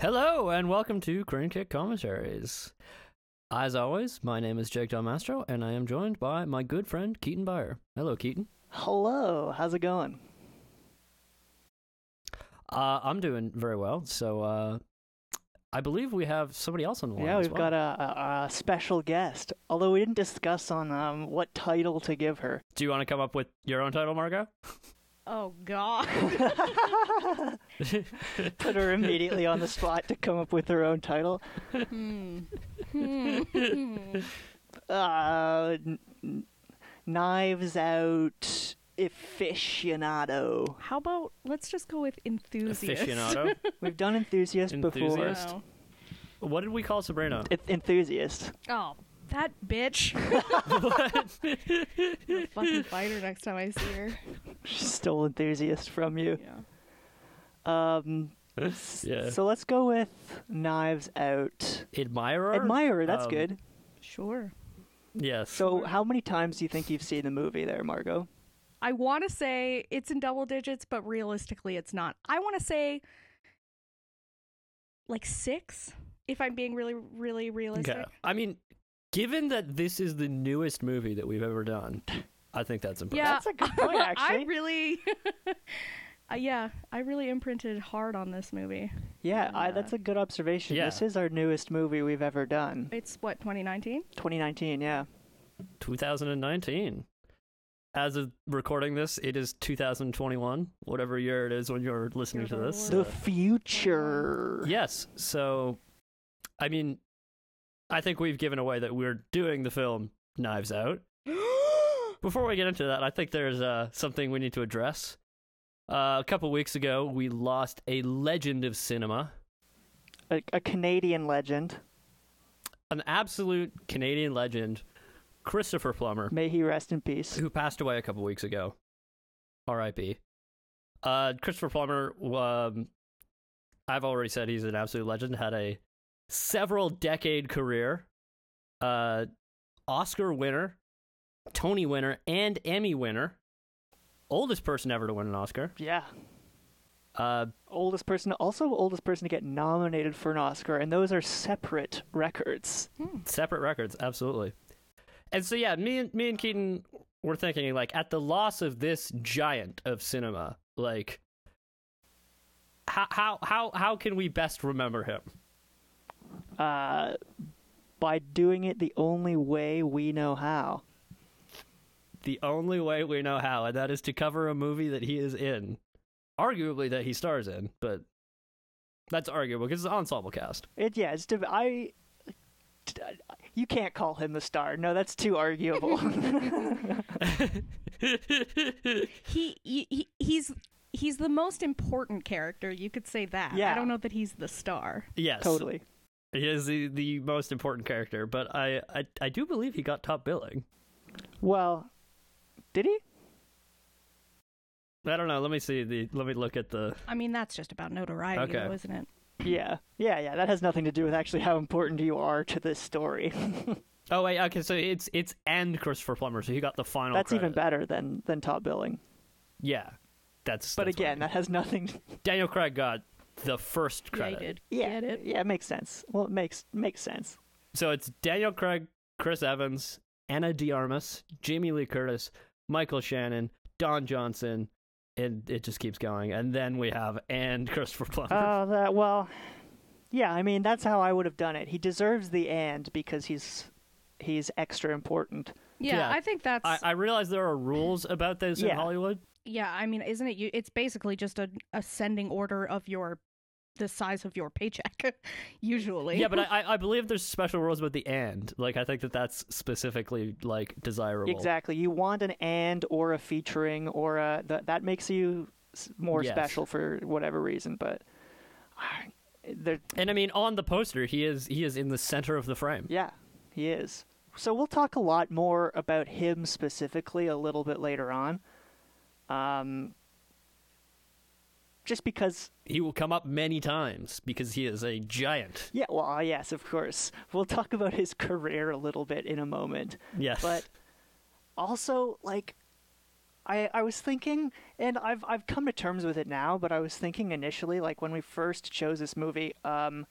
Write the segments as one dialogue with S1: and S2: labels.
S1: Hello and welcome to Green Kick Commentaries. As always, my name is Jake Del Mastro and I am joined by my good friend Keaton Byer. Hello, Keaton.
S2: Hello, how's it going?
S1: Uh, I'm doing very well. So uh, I believe we have somebody else on the line.
S2: yeah,
S1: as
S2: we've
S1: well.
S2: got a, a, a special guest. Although we didn't discuss on um, what title to give her.
S1: Do you want to come up with your own title, Margot?
S3: Oh God!
S2: Put her immediately on the spot to come up with her own title.
S3: Hmm.
S2: Uh, n- n- knives out aficionado.
S3: How about let's just go with enthusiast.
S1: Aficionado.
S2: We've done enthusiast, before.
S1: Enthusiast?
S3: Oh.
S1: what did we call Sabrina?
S2: Ent- enthusiast.
S3: Oh, that bitch! I'm gonna fucking fight her next time I see her.
S2: She stole enthusiast from you.
S3: Yeah.
S2: Um,
S1: yeah.
S2: So let's go with knives out.
S1: Admirer.
S2: Admirer, that's
S1: Um,
S2: good.
S3: Sure.
S1: Yes.
S2: So, how many times do you think you've seen the movie there, Margot?
S3: I want to say it's in double digits, but realistically, it's not. I want to say like six, if I'm being really, really realistic.
S1: Okay. I mean, given that this is the newest movie that we've ever done, I think that's impressive.
S3: Yeah.
S2: That's a good point,
S3: I
S2: actually.
S3: really, uh, yeah, I really imprinted hard on this movie.
S2: yeah, I, that's a good observation.
S1: Yeah.
S2: This is our newest movie we've ever done.
S3: It's what 2019.
S2: 2019, yeah.
S1: 2019. As of recording this, it is 2021, whatever year it is when you're listening to
S3: Dear
S1: this.
S3: Lord.
S2: The future.
S1: yes. So, I mean, I think we've given away that we're doing the film Knives Out. Before we get into that, I think there's uh, something we need to address. Uh, a couple weeks ago, we lost a legend of cinema,
S2: A, a Canadian legend.
S1: an absolute Canadian legend, Christopher Plummer.
S2: May he rest in peace.
S1: who passed away a couple weeks ago. R.I.P. Uh, Christopher Plummer. Um, I've already said he's an absolute legend. Had a several decade career, uh, Oscar winner, Tony winner, and Emmy winner. Oldest person ever to win an Oscar.
S2: Yeah.
S1: Uh,
S2: Oldest person, also oldest person to get nominated for an Oscar, and those are separate records.
S1: separate records, absolutely. And so yeah, me and me and Keaton were thinking like at the loss of this giant of cinema, like how how how how can we best remember him?
S2: Uh, by doing it the only way we know how.
S1: The only way we know how, and that is to cover a movie that he is in, arguably that he stars in, but that's arguable because it's an ensemble cast.
S2: It yeah, it's div- I. t- uh, You can't call him the star. No, that's too arguable.
S3: he, he he- he's he's the most important character you could say that
S2: Yeah.
S3: i don't know that he's the star
S1: Yes,
S2: totally.
S1: he is the, the most important character. But I, I I do believe he got top billing.
S2: Well, did he?
S1: I don't know. Let me see the. Let me look at the.
S3: i mean that's just about notoriety
S1: Okay.
S3: though, isn't it
S2: Yeah, yeah, yeah. That has nothing to do with actually how important you are to this story.
S1: Oh wait. Okay. So it's it's and Christopher Plummer. So he got the final.
S2: that's even
S1: credit.
S2: better than than top billing.
S1: Yeah. That's. that's
S2: But
S1: what
S2: again,
S1: I
S2: that has nothing.
S1: mean. Daniel Craig got the first credit.
S3: yeah
S2: Yeah,
S3: he did get it
S2: yeah, it makes sense. Well, it makes makes sense.
S1: So it's Daniel Craig, Chris Evans, Anna DiArmas, Jamie Lee Curtis, Michael Shannon, Don Johnson, and it just keeps going. And then we have and Christopher Plummer.
S3: Uh,
S2: Oh, that well, yeah. I mean, that's how I would have done it. He deserves the and because he's he's extra important.
S3: Yeah,
S1: Yeah.
S3: I think that's.
S1: I, I realize there are rules about this in
S2: Yeah.
S1: Hollywood.
S3: yeah, I mean, isn't it? You, it's basically just an ascending order of your, the size of your paycheck, usually.
S1: Yeah, but I, I- I believe there's special rules about the and. Like, I think that that's specifically like desirable.
S2: Exactly. You want an and or a featuring or a th- that makes you s- more
S1: Yes.
S2: special for whatever reason. But ah, there,
S1: And I mean, on the poster, he is he is in the center of the frame.
S2: yeah, he is. So we'll talk a lot more about him specifically a little bit later on. Um, just because
S1: He will come up many times because he is a giant.
S2: Yeah, well, ah, yes, of course. We'll talk about his career a little bit in a moment.
S1: Yes.
S2: But also, like, I I was thinking, and I've I've come to terms with it now. But I was thinking initially, like when we first chose this movie, um,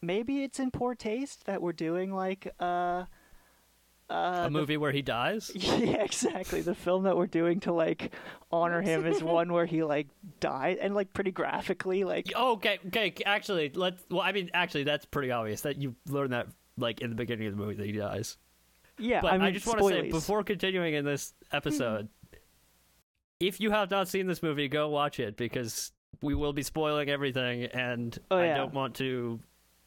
S2: maybe it's in poor taste that we're doing like uh,
S1: a movie where he dies.
S2: yeah, exactly. The film that we're doing to like honor him is one where he like died, and like pretty graphically, like
S1: Oh, Okay, okay. Actually, let's. Well, I mean, actually, that's pretty obvious that you learn that like in the beginning of the movie that he dies.
S2: yeah.
S1: But I,
S2: I mean,
S1: just want to
S2: spoilers. Hmm.
S1: say before continuing in this episode, if you have not seen this movie, go watch it because we will be spoiling everything, and
S2: Oh,
S1: I
S2: yeah.
S1: don't want to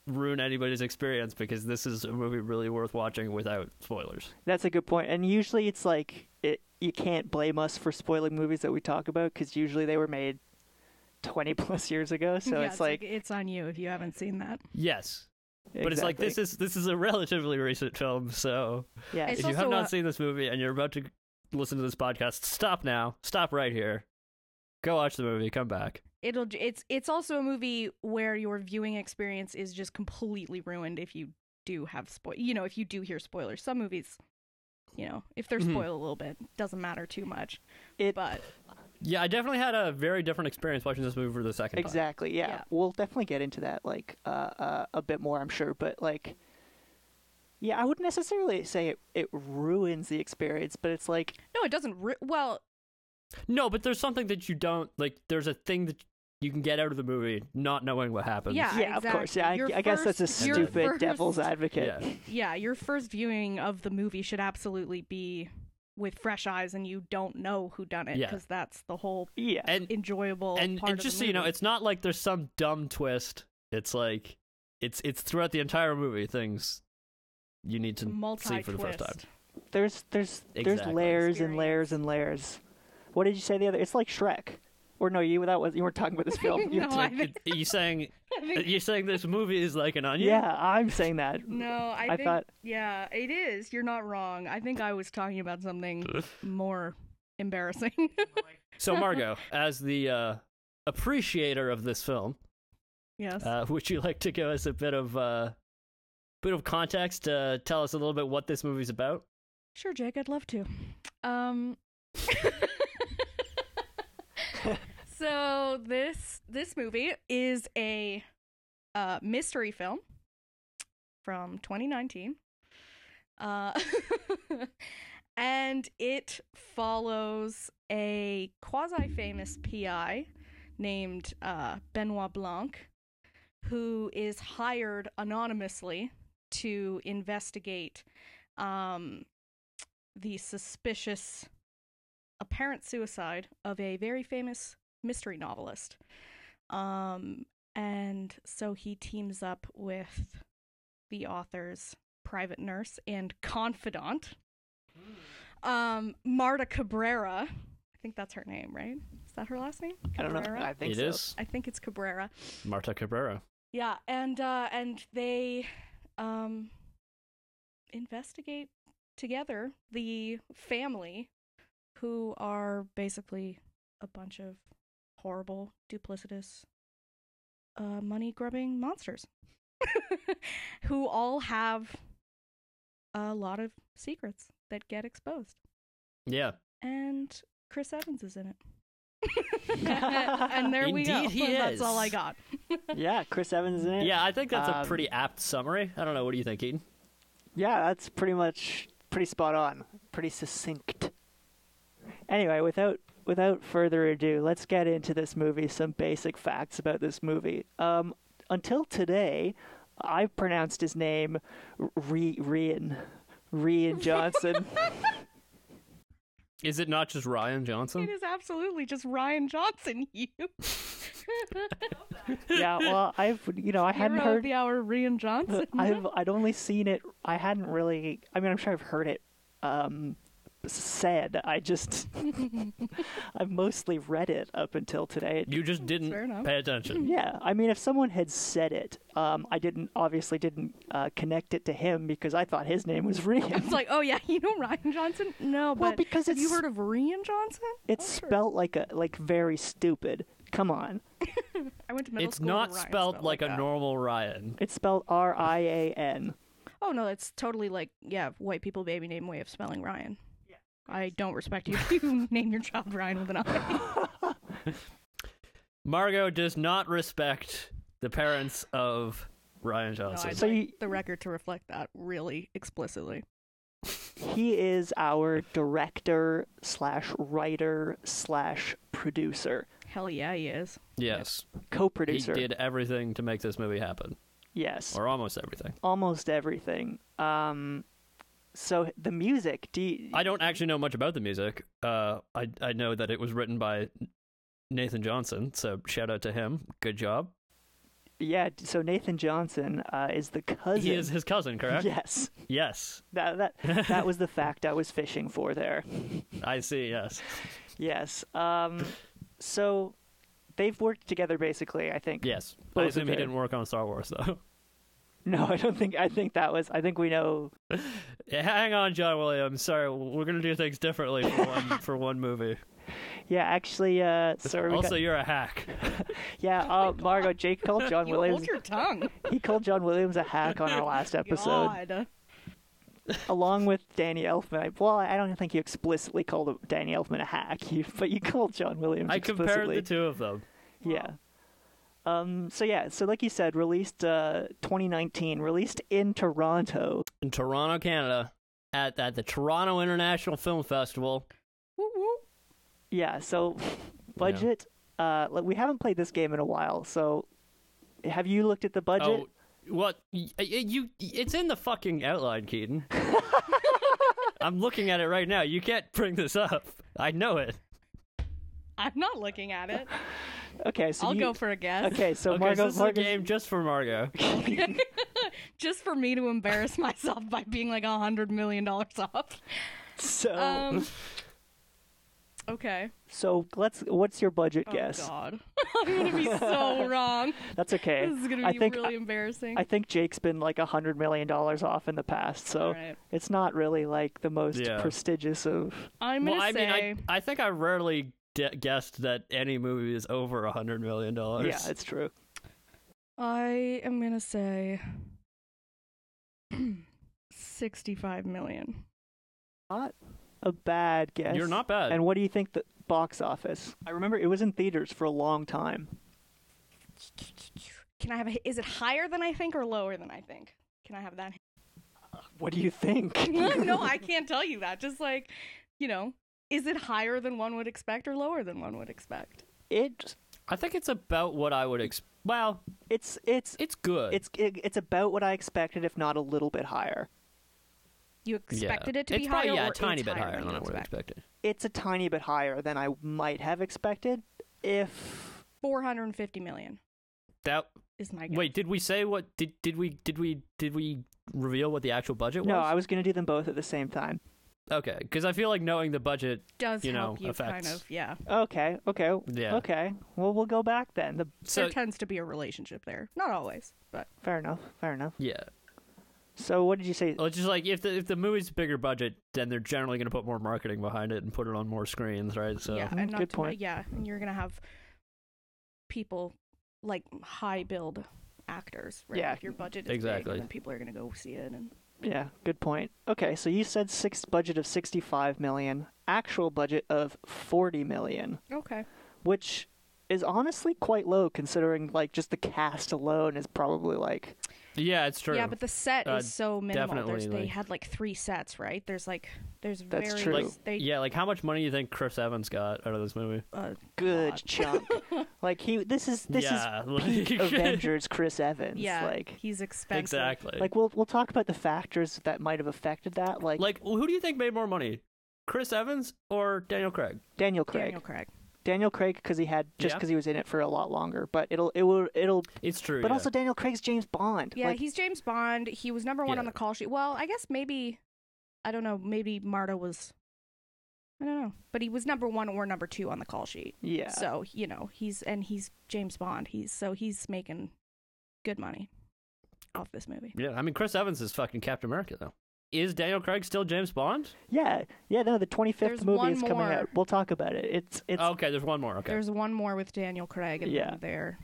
S1: ruin anybody's experience because this is a movie really worth watching without spoilers.
S2: That's a good point. And usually it's like it, you can't blame us for spoiling movies that we talk about because usually they were made 20 plus years ago. So
S3: Yeah,
S2: it's, like,
S3: it's on you if you haven't seen that.
S1: Yes, but it's like this is this is a relatively recent film, so
S2: Yeah.
S3: It's
S1: if you have
S3: also
S1: not
S3: a-
S1: seen this movie and you're about to listen to this podcast, stop now. Stop right here. Go watch the movie. Come back.
S3: It'll. j- It's. It's also a movie where your viewing experience is just completely ruined if you do have spoil. You know, if you do hear spoilers. Some movies, you know, if they're
S1: Mhm.
S3: spoiled a little bit, doesn't matter too much.
S2: It-
S3: but
S1: Yeah, I definitely had a very different experience watching this movie for the second time.
S2: Exactly. Yeah.
S3: Yeah.
S2: We'll definitely get into that like uh, uh, a bit more, I'm sure. But like, yeah, I wouldn't necessarily say it, it ruins the experience, but it's like,
S3: no, it doesn't. Ru- well,
S1: No, but there's something that you don't like. There's a thing that you can get out of the movie not knowing what happens.
S3: Yeah,
S2: yeah, of course.
S3: Ah, exactly.
S2: Yeah, I,
S3: Your
S2: I guess that's a
S3: first-
S1: your
S2: stupid
S3: first-
S2: devil's advocate.
S1: Yeah.
S3: yeah, your first viewing of the movie should absolutely be with fresh eyes and you don't know who done it
S1: Yeah.
S3: because that's the whole
S2: Yeah.
S1: And
S3: enjoyable
S1: and,
S3: part
S1: and
S3: of
S1: just
S3: the
S1: so you know,
S3: movie.
S1: it's not like there's some dumb twist. It's like it's it's throughout the entire movie things you need to see for the first time.
S3: Multi-twist.
S2: There's there's there's
S1: Exactly.
S2: layers and
S3: Experience.
S2: layers and layers. What did you say the other? It's like Shrek. Or no, you that was you weren't talking about this film. You-
S3: No, I think-
S1: It- you saying
S3: I think-
S1: you're saying this movie is like an onion?
S2: yeah, I'm saying that.
S3: no, I,
S2: I
S3: think
S2: thought-
S3: yeah, it is. You're not wrong. I think I was talking about something more embarrassing.
S1: So, Margot, as the uh, appreciator of this film,
S3: yes.
S1: uh, would you like to give us a bit of uh, bit of context? Uh, tell us a little bit what this movie's about.
S3: Sure, Jake, I'd love to. Um So this this movie is a uh, mystery film from 2019. Uh and it follows a quasi-famous PI named uh, Benoit Blanc who is hired anonymously to investigate um the suspicious apparent suicide of a very famous mystery novelist. Um, and so he teams up with the author's private nurse and confidant, um, Marta Cabrera. I think that's her name, right? Is that her last name?
S2: I don't know.
S3: Cabrera?
S2: I
S1: It
S2: think
S1: is
S2: so.
S3: I think it's Cabrera.
S1: Marta Cabrera.
S3: Yeah, and uh, and they um, investigate together the family, who are basically a bunch of horrible, duplicitous, uh, money grubbing monsters, who all have a lot of secrets that get exposed.
S1: Yeah,
S3: And Chris Evans is in it. and there we go.
S1: Indeed he
S3: That's
S1: is.
S3: all I got.
S2: Yeah, Chris Evans is in it.
S1: yeah. I think that's
S2: Um,
S1: a pretty apt summary. I don't know. What do you think, Eden?
S2: Yeah, that's pretty much pretty spot on. Pretty succinct. Anyway, without without further ado, let's get into this movie, some basic facts about this movie. Um, until today, I pronounced his name Re- Rian. Rian Johnson.
S1: Is it not just Ryan Johnson?
S3: It is absolutely just Ryan Johnson, you.
S2: yeah, well, I've, you know, I hadn't
S3: Hero of
S2: heard.
S3: the hour, Ryan Johnson.
S2: I've I'd only seen it. I hadn't really. I mean, I'm sure I've heard it um, said. I just I've mostly read it up until today. It
S1: You just didn't
S3: Fair enough.
S1: pay attention.
S2: Yeah, I mean, if someone had said it, um, I didn't obviously didn't uh, connect it to him because I thought his name was
S3: It's
S2: Rian.
S3: like, oh yeah, you know Ryan Johnson? No,
S2: Well,
S3: but
S2: because
S3: have you
S2: it's-
S3: heard of Ryan Johnson?
S2: It's spelt like a like very stupid. Come on,
S3: I went to middle
S1: It's
S3: school. where
S1: not
S3: Ryan
S1: spelled like a
S3: that.
S1: normal Ryan.
S2: it's spelled R I A N.
S3: Oh no, that's totally like yeah, white people baby name way of spelling Ryan. I don't respect you. if You name your child Ryan with an I.
S1: Margot does not respect the parents of Ryan
S3: No,
S1: Johnson.
S3: I'd
S2: So
S3: like
S2: you-
S3: the record to reflect that really explicitly.
S2: He is our director slash writer slash producer,
S3: Hell yeah, he is.
S1: yes.
S2: co-producer.
S1: He did everything to make this movie happen,
S2: Yes,
S1: or almost everything.
S2: almost everything. Um, so the music. Do you,
S1: I don't actually know much about the music. Uh, I I know that it was written by Nathan Johnson, so shout out to him. Good job.
S2: yeah. So Nathan Johnson uh, is the cousin.
S1: He is his cousin, correct?
S2: Yes.
S1: Yes,
S2: That that that was the fact I was fishing for there.
S1: I see. Yes,
S2: Yes. Um, so they've worked together basically. I think.
S1: yes.
S2: Both
S1: I
S2: of
S1: assume he
S2: them.
S1: didn't work on Star Wars though.
S2: No, I don't think. I think that was. I think we know.
S1: Yeah, Hang on, John Williams. Sorry, we're gonna do things differently for one for one movie.
S2: Yeah, actually. Uh, sorry. we
S1: also,
S2: got,
S1: you're a hack.
S2: yeah. Uh, Margot, Jake called John
S3: Oh you
S2: Williams.
S3: hold your tongue.
S2: He called John Williams a hack on our last episode,
S3: God.
S2: along with Danny Elfman. Well, I don't think you explicitly called Danny Elfman a hack, you, but you called John Williams
S1: I compared
S2: explicitly.
S1: the two of them.
S2: Yeah. Um, so yeah, so like you said, released uh, 2019, released in Toronto.
S1: in Toronto, Canada, at, at the Toronto International Film Festival.
S3: Woo woo.
S2: Yeah, so budget. Uh, like, we haven't played this game in a while, so have you looked at the budget?
S1: Oh, what y- y- you? It's in the fucking outline, Keaton. I'm looking at it right now. You can't bring this up. I know it.
S3: I'm not looking at it.
S2: Okay, so
S3: I'll
S2: you-
S3: go for a guess.
S2: Okay, so
S1: okay,
S2: Margo,
S1: so this
S2: Margo's-
S1: is a game just for Margo.
S3: Just for me to embarrass myself by being like a hundred million dollars off.
S2: so
S3: Um. Okay.
S2: so let's. What's your budget guess?
S3: Oh God. I'm gonna be so wrong.
S2: That's okay.
S3: This is gonna
S2: I
S3: be
S2: think
S3: really embarrassing.
S2: I think Jake's been like a hundred million dollars off in the past, so
S3: All right.
S2: it's not really like the most
S1: Yeah.
S2: prestigious of.
S3: I'm gonna
S1: well, I
S3: say
S1: mean, I, I think I rarely de- guessed that any movie is over a hundred million dollars.
S2: Yeah, it's true.
S3: I am gonna say sixty-five million.
S2: Not a bad guess.
S1: you're not bad.
S2: And what do you think the box office? I remember it was in theaters for a long time.
S3: Can I have? A, is it higher than I think or lower than I think? Can I have that?
S2: What do you think?
S3: no, I can't tell you that. Just like, you know, is it higher than one would expect or lower than one would expect?
S2: It
S1: I think it's about what I would expect. Well,
S2: it's it's
S1: it's good.
S2: it's it, it's about what I expected, if not a little bit higher.
S3: You
S1: Yeah.
S3: expected it to
S1: it's
S3: be
S1: probably,
S3: higher,
S1: yeah,
S3: or
S1: a tiny
S3: it's
S1: bit higher
S3: than
S1: than I
S3: you
S1: would have
S3: expect.
S1: expected.
S2: It's a tiny bit higher than I might have expected. If
S3: Four hundred and fifty million
S1: That
S3: is my guess.
S1: Wait, did we say what did did we did we did we reveal what the actual budget was?
S2: no, I was going to do them both at the same time.
S1: Okay, because I feel like knowing the budget.
S3: does
S1: you
S3: help
S1: know,
S3: you
S1: affects-
S3: kind of yeah.
S2: Okay, okay,
S1: Yeah.
S2: okay. Well, we'll go back then. The,
S1: So
S3: there tends to be a relationship there. Not always, but
S2: fair enough, fair enough.
S1: yeah,
S2: So what did you say?
S1: well, it's just like if the if the movie's bigger budget, then they're generally going to put more marketing behind it and put it on more screens, right? So hmm,
S3: yeah,
S2: Mhm,
S3: and not
S2: good
S3: to,
S2: point.
S3: yeah, and you're gonna have people like high build actors. Right?
S2: Yeah,
S3: If your budget is big,
S1: exactly.
S3: and then people are gonna go see it. And
S2: Yeah, good point. Okay, so you said six budget of sixty-five million, actual budget of forty million,
S3: okay,
S2: which is honestly quite low considering like just the cast alone is probably like
S1: Yeah, it's true.
S3: Yeah, but the set
S1: Uh,
S3: is so minimal. There's,
S1: definitely,
S3: they
S1: like-
S3: had like three sets, right? There's like there's
S2: That's
S3: very
S2: true.
S1: Like-
S3: they
S1: yeah, like how much money do you think Chris Evans got out of this movie?
S3: uh,
S2: good
S3: God.
S2: chunk. Like he this is this
S1: yeah,
S2: is peak
S1: like-
S2: Avengers Chris Evans.
S3: yeah
S2: Like
S3: he's expensive.
S1: exactly. Like,
S2: like we'll we'll talk about the factors that might have affected that, like,
S1: who do you think made more money, Chris Evans or Daniel Craig?
S2: Daniel Craig.
S3: Daniel Craig.
S2: Daniel Craig because he had just
S1: Yeah.
S2: because he was in it for a lot longer, but it'll it will it'll.
S1: It's true.
S2: But
S1: yeah.
S2: also Daniel Craig's James Bond.
S3: Yeah,
S2: like,
S3: he's James Bond. He was number one on
S1: Yeah.
S3: the call sheet. Well, I guess maybe I don't know. Maybe Marta was. I don't know, but he was number one or number two on the call sheet.
S2: yeah.
S3: So you know he's and he's James Bond. He's so he's making good money off this movie.
S1: yeah, I mean Chris Evans is fucking Captain America though. Is Daniel Craig still James Bond?
S2: Yeah, yeah. No, the twenty fifth
S3: There's
S2: movie
S3: one
S2: is coming
S3: more.
S2: out. We'll talk about it. It's it's.
S1: okay, there's one more. Okay,
S3: There's one more with Daniel Craig and
S2: Yeah.
S3: yeah. there.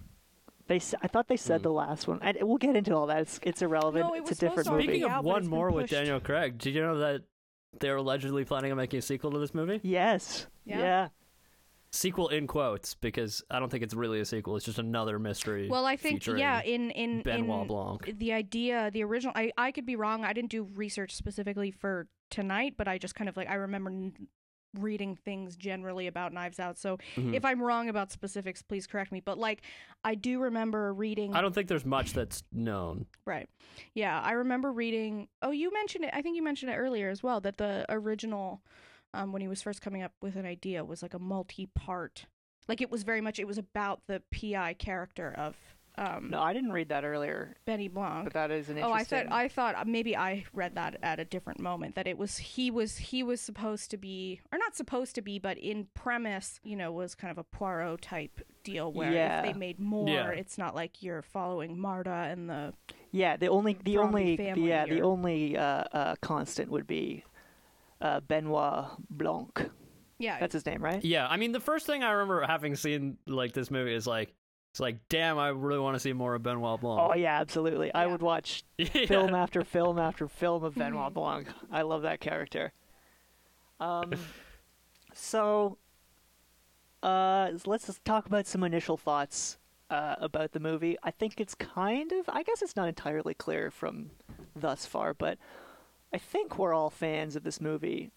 S2: They s- I thought they said
S1: Hmm.
S2: the last one. And we'll get into all that. It's it's irrelevant.
S3: No, it
S2: it's a
S3: was
S2: different
S3: supposed to
S2: movie.
S1: Speaking
S3: out,
S1: of
S3: but
S1: one
S3: it's been
S1: more with
S3: pushed.
S1: Daniel Craig, did you know that they're allegedly planning on making a sequel to this movie?
S2: yes.
S3: Yeah.
S2: yeah.
S1: Sequel in quotes because I don't think it's really a sequel. It's just another mystery.
S3: Well, I think
S1: featuring
S3: yeah, in in
S1: Benoit
S3: in
S1: Blanc.
S3: the idea, the original. I I could be wrong. I didn't do research specifically for tonight, but I just kind of like I remember n- reading things generally about Knives Out. So
S1: Mhm.
S3: if I'm wrong about specifics, please correct me. But like I do remember reading.
S1: I don't think there's much that's known.
S3: Right. Yeah, I remember reading. Oh, you mentioned it. I think you mentioned it earlier as well that the original, um, when he was first coming up with an idea, was like a multi-part. Like it was very much. It was about the PI character of um,
S2: No, I didn't read that earlier,
S3: Benny Blanc.
S2: but that is an
S3: Oh, I
S2: interesting.
S3: thought I thought maybe I read that at a different moment that it was he was he was supposed to be or not supposed to be but in premise you know was kind of a Poirot type deal where
S2: Yeah.
S3: if they made more
S1: Yeah.
S3: it's not like you're following Marta and the
S2: Yeah, the only the
S3: Bromley
S2: only
S3: family
S2: yeah the
S3: or-
S2: only uh, uh, constant would be uh, Benoit Blanc.
S3: yeah
S2: That's his name, right?
S1: Yeah, I mean the first thing I remember having seen like this movie is like it's like damn, I really want to see more of Benoit
S2: Oh
S1: Blanc.
S2: yeah, absolutely. I
S3: Yeah.
S2: would watch
S1: yeah.
S2: film after film after film of Benoit Blanc. I love that character. Um, so uh, let's just talk about some initial thoughts uh, about the movie. I think it's kind of, I guess it's not entirely clear from thus far, but I think we're all fans of this movie.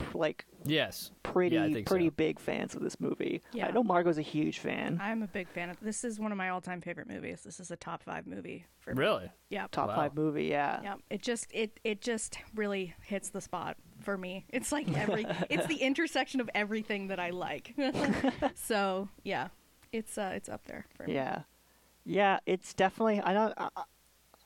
S2: P- Like
S1: Yes.
S2: pretty,
S1: Yeah, I think
S2: pretty
S1: so.
S2: big fans of this movie. I
S3: Yeah.
S2: know Margot's a huge fan.
S3: I'm a big fan of this. Is one of my all-time favorite movies. This is a top five movie for me.
S1: Really?
S3: Yeah,
S2: Top
S1: Wow.
S2: five movie, yeah.
S3: yeah. It just it it just really hits the spot for me. It's like every it's the intersection of everything that I like. so yeah, it's uh it's up there for me.
S2: Yeah, yeah, it's definitely. I don't. I, I-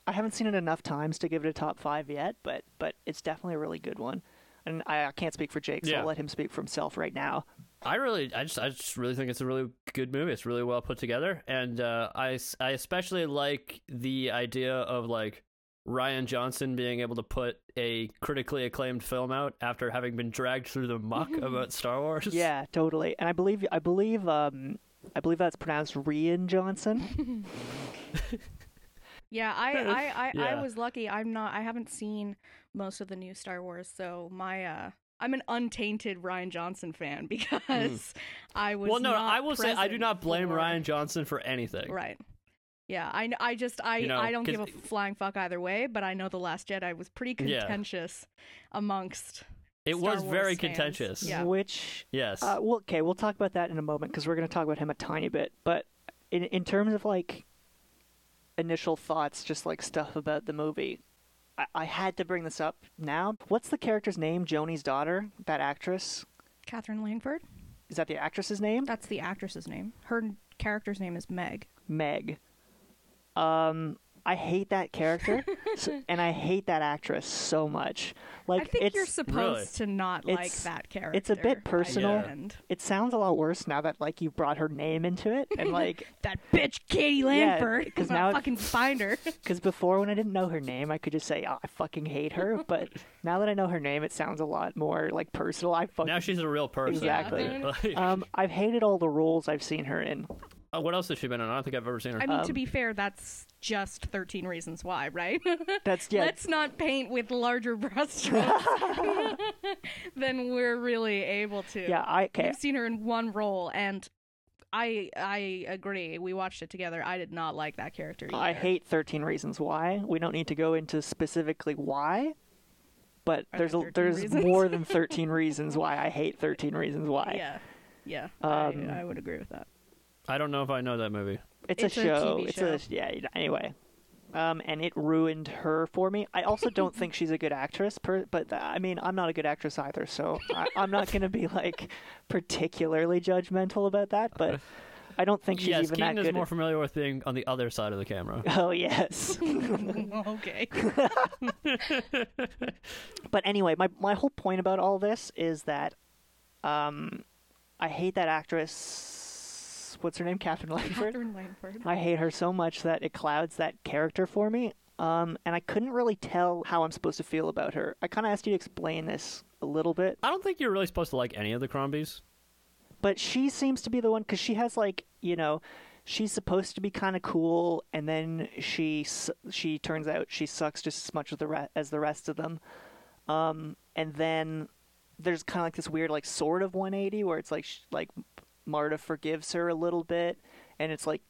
S2: I haven't seen it enough times to give it a top five yet, but but it's definitely a really good one. And I, I can't speak for Jake, so
S1: Yeah.
S2: I'll let him speak for himself right now.
S1: I really, I just, I just really think it's a really good movie. It's really well put together, and uh, I, s- I especially like the idea of like Ryan Johnson being able to put a critically acclaimed film out after having been dragged through the muck about Star Wars.
S2: Yeah, totally. And I believe I believe um I believe that's pronounced Rian Johnson.
S3: Yeah, I I I,
S1: Yeah.
S3: I was lucky. I'm not. I haven't seen most of the new Star Wars, so my uh. I'm an untainted Ryan Johnson fan because I was.
S1: Hmm. Well, no,
S3: not
S1: I will say I do
S3: present
S1: not blame
S3: for-
S1: Ryan Johnson for anything.
S3: Right. Yeah, I, kn- I just I,
S1: You know,
S3: I don't
S1: 'cause-
S3: give a flying fuck either way, but I know the Last Jedi was pretty
S1: Yeah.
S3: contentious amongst.
S1: It
S3: Star
S1: was
S3: Wars
S1: very
S3: fans.
S1: contentious.
S3: Yeah.
S2: Which
S1: Yes.
S2: uh, well, okay, we'll talk about that in a moment because we're going to talk about him a tiny bit. But in in terms of like initial thoughts, just like stuff about the movie, I, I had to bring this up now. What's the character's name? Joni's daughter, that actress.
S3: Catherine Langford.
S2: Is that the actress's name?
S3: That's the actress's name. Her n- character's name is Meg.
S2: Meg. Um, I hate that character, so, and I hate that actress so much. Like
S3: I think
S2: it's
S3: you're supposed to not like
S2: it's-
S3: that character.
S2: it's a bit
S3: by the
S2: personal.
S1: Yeah.
S3: end.
S2: it sounds a lot worse now that like you brought her name into it, and like
S3: That bitch Katie Langford.
S2: 'cause
S3: I'm gonna
S2: now it-
S3: fucking find her.
S2: because before when I didn't know her name, I could just say "Oh, I fucking hate her. But now that I know her name, it sounds a lot more like personal. I fucking
S1: now she's a real person.
S2: Exactly.
S1: Like,
S3: Uh,
S2: um, I've hated all the roles I've seen her in.
S1: uh, what else has she been in? I don't think I've ever seen her.
S3: I mean,
S2: Um,
S3: to be fair, that's just 13 Reasons Why, right?
S2: That's yeah,
S3: Let's not paint with larger brushstrokes than we're really able to.
S2: yeah. I okay.
S3: I've seen her in one role, and I I agree. We watched it together. I did not like that character. Either.
S2: I hate 13 Reasons Why. We don't need to go into specifically why, but
S3: Are
S2: there's
S3: there
S2: a,
S3: 13
S2: there's
S3: reasons?
S2: more than 13 reasons why I hate 13 Reasons Why.
S3: Yeah, yeah.
S2: Um,
S3: I, I would agree with that.
S1: I don't know if I know that movie.
S2: It's,
S3: It's
S2: a
S3: a
S2: show.
S3: TV
S2: it's
S3: show.
S2: a yeah. Anyway, um, and it ruined her for me. I also don't think she's a good actress, per, but th- I mean, I'm not a good actress either, so I, I'm not going to be like particularly judgmental about that. But I don't think she's
S1: yes,
S2: even
S1: Keaton
S2: that
S1: is
S2: good.
S1: more
S2: at-
S1: familiar with being on the other side of the camera.
S2: Oh yes.
S3: okay.
S2: but anyway, my my whole point about all this is that, um, I hate that actress. What's her name? Catherine Langford.
S3: Catherine Langford.
S2: I hate her so much that it clouds that character for me. Um, and I couldn't really tell how I'm supposed to feel about her. I kind of asked you to explain this a little bit,
S1: I don't think you're really supposed to like any of the Crombies.
S2: but she seems to be the one because she has like you know, she's supposed to be kind of cool, and then she s- she turns out she sucks just as much as the re- as the rest of them. Um, and then there's kind of like this weird like sort of 180 where it's like sh- like Marta forgives her a little bit, and it's like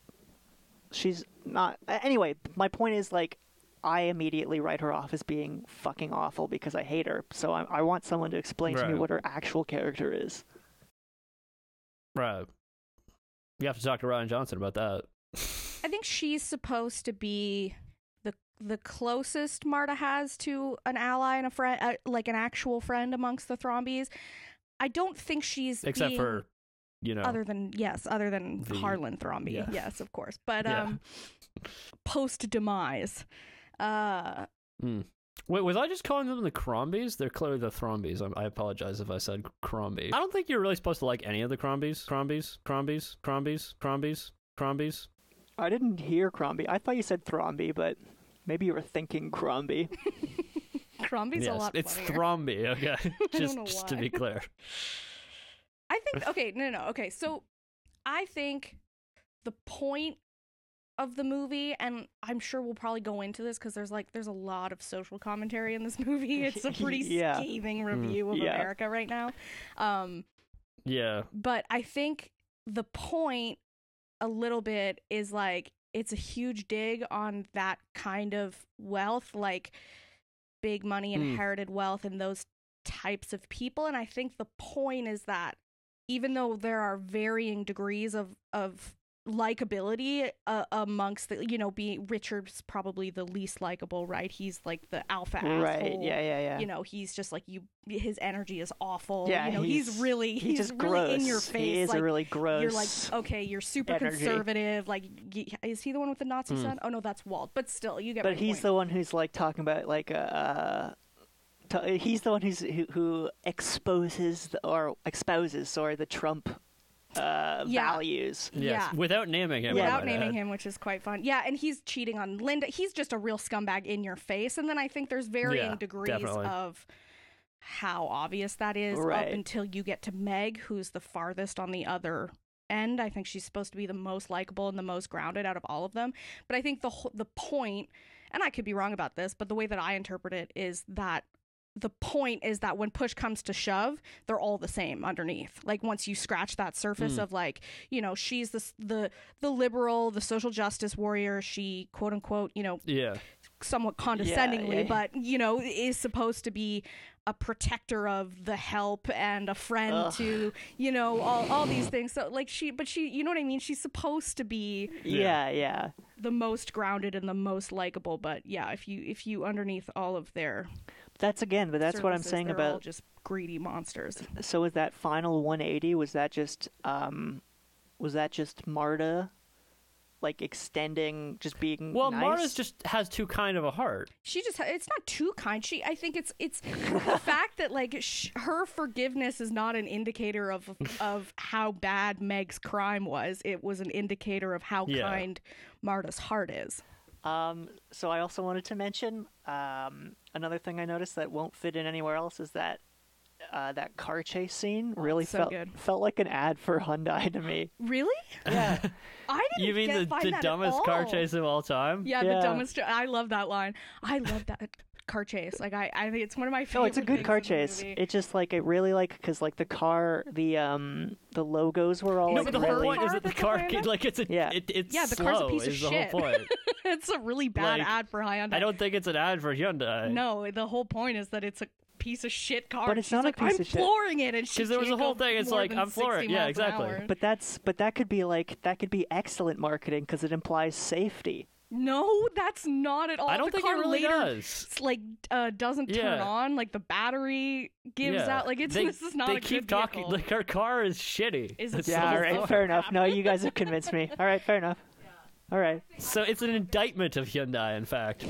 S2: she's not a- anyway my point is like i immediately write her off as being fucking awful because i hate her so i, I want someone to explain to me
S1: Right.
S2: what her actual character is
S1: Right. You have to talk to Ryan Johnson about that.
S3: I think she's supposed to be the the closest Marta has to an ally and a friend, uh, like an actual friend amongst the Thrombies. I don't think she's
S1: Except
S3: being-
S1: for, you know,
S3: other than yes, other than
S1: The-
S3: Harlan Thrombey,
S1: yeah.
S3: yes, of course. But
S1: Yeah.
S3: um, post demise, uh,
S1: Wait, was I just calling them the Crombies? They're clearly the Thrombies. I, I apologize if I said Crombie. I don't think you're really supposed to like any of the Crombies. Crombies, Crombies, Crombies, Crombies, Crombies.
S2: i didn't hear crombie i thought you said thromby but maybe you were thinking crombie
S3: Thrombey's a
S1: yes,
S3: lot.
S1: it's
S3: funnier.
S1: Thromby. Okay,
S3: don't
S1: just
S3: know
S1: just to
S3: why.
S1: be clear.
S3: I think okay, no, no, okay. So I think the point of the movie, and I'm sure we'll probably go into this because there's like there's a lot of social commentary in this movie. It's a pretty
S2: Yeah.
S3: scathing review of
S2: Yeah.
S3: America right now. Um,
S1: Yeah,
S3: but I think the point a little bit is like it's a huge dig on that kind of wealth, like big money,
S2: Hmm.
S1: Mm.
S3: inherited wealth, and those types of people. And I think the point is that even though there are varying degrees of of likability uh, amongst the you know being richard's probably the least likable right he's like the alpha
S2: right
S3: asshole
S2: yeah yeah yeah
S3: you know he's just like you his energy is awful
S2: yeah,
S3: you know he's, really he's,
S2: just
S3: really
S2: gross.
S3: in your face
S2: He is
S3: like
S2: a really gross.
S3: you're like okay you're super
S2: energy.
S3: conservative like y- is he the one with the nazi
S1: Mm.
S3: son oh no that's walt but still you get
S2: but
S3: my
S2: he's
S3: point.
S2: the one who's like talking about like uh t- he's the one who's who, who exposes the, or exposes sorry the trump uh
S3: Yeah.
S2: values
S1: yes.
S3: Yeah.
S1: Without naming him. I
S2: Yeah.
S3: without
S1: might
S3: naming
S1: add.
S3: him which is quite fun yeah and he's cheating on linda he's just a real scumbag in your face and then i think there's varying
S1: Yeah,
S3: degrees
S1: definitely.
S3: of how obvious that is
S2: Right.
S3: up until you get to meg who's the farthest on the other end i think she's supposed to be the most likable and the most grounded out of all of them but i think the wh- the point and i could be wrong about this but the way that i interpret it is that the point is that when push comes to shove, they're all the same underneath. Like once you scratch that surface
S1: Mm.
S3: of like, you know, she's the s- the the liberal, the social justice warrior. She quote unquote, you know,
S1: Yeah,
S3: somewhat condescendingly,
S2: yeah, yeah.
S3: but you know, is supposed to be a protector of the help and a friend
S2: Ugh.
S3: to you know all all these things. So like she, but she, you know what I mean. She's supposed to be
S2: yeah yeah,
S3: the most grounded and the most likable. But yeah, if you if you underneath all of their
S2: that's again but that's what i'm
S3: surfaces,
S2: saying
S3: they're
S2: about
S3: all just greedy monsters.
S2: so was that final 180 was that just um was that just marta like extending just being
S1: well,
S2: nice?
S1: Mara's just has too kind of a heart.
S3: she just it's not too kind she i think it's it's the fact that like sh- her forgiveness is not an indicator of of how bad meg's crime was it was an indicator of how
S1: Yeah.
S3: kind marta's heart is
S2: Um, so I also wanted to mention um, another thing I noticed that won't fit in anywhere else is that uh, that car chase scene
S1: Oh,
S2: really
S3: so
S2: felt
S3: good.
S2: felt like an ad for Hyundai to me.
S3: really
S2: Yeah,
S3: i didn't
S1: You mean
S3: get,
S1: the,
S3: find
S1: the
S3: that at
S1: dumbest car
S3: all.
S1: chase of all time?
S3: yeah,
S2: Yeah.
S3: the dumbest i love that line i love that car chase. Like I, I think it's one of my favorite.
S2: No, it's a good
S3: things
S2: car
S3: in the
S2: chase.
S3: movie.
S2: It just like it really like because like the car, the um, the logos were all
S1: no, but
S2: like
S1: the whole
S2: really.
S1: point is that the
S3: that's
S1: car,
S3: available?
S1: like it's a,
S2: Yeah.
S1: it, it's
S3: Yeah, the
S1: slow
S3: car's a piece of
S1: is the whole
S3: shit.
S1: point.
S3: it's a really bad
S1: Like,
S3: ad for Hyundai.
S1: I don't think it's an ad for Hyundai.
S3: No, the whole point is that it's a piece of shit car.
S2: But
S3: and
S2: it's
S3: she's
S2: not a
S3: like,
S2: piece
S3: I'm
S2: of shit."
S3: flooring it, and she
S1: 'Cause there was
S3: can't
S1: a whole
S3: go
S1: thing, it's
S3: more
S1: like,
S3: than
S1: I'm flooring it.
S3: 60
S1: Yeah,
S3: miles an
S1: exactly.
S3: hour.
S2: But that's but that could be like that could be excellent marketing because it implies safety.
S3: no, that's not at all.
S1: I don't
S3: the
S1: think it
S3: car
S1: really
S3: later
S1: does.
S3: s- like uh, doesn't turn
S1: Yeah.
S3: on. Like the battery gives
S1: Yeah.
S3: out. Like it's
S1: they,
S3: this is not
S1: They
S3: a
S1: keep
S3: good
S1: talking.
S3: vehicle.
S1: Like our car is shitty.
S3: Is
S1: It's
S3: it
S1: the
S2: Yeah, all
S1: whole
S3: so
S2: right,
S1: point.
S2: fair enough. No, you guys have convinced me. All right, fair enough. All right.
S1: So it's an indictment of Hyundai, in fact.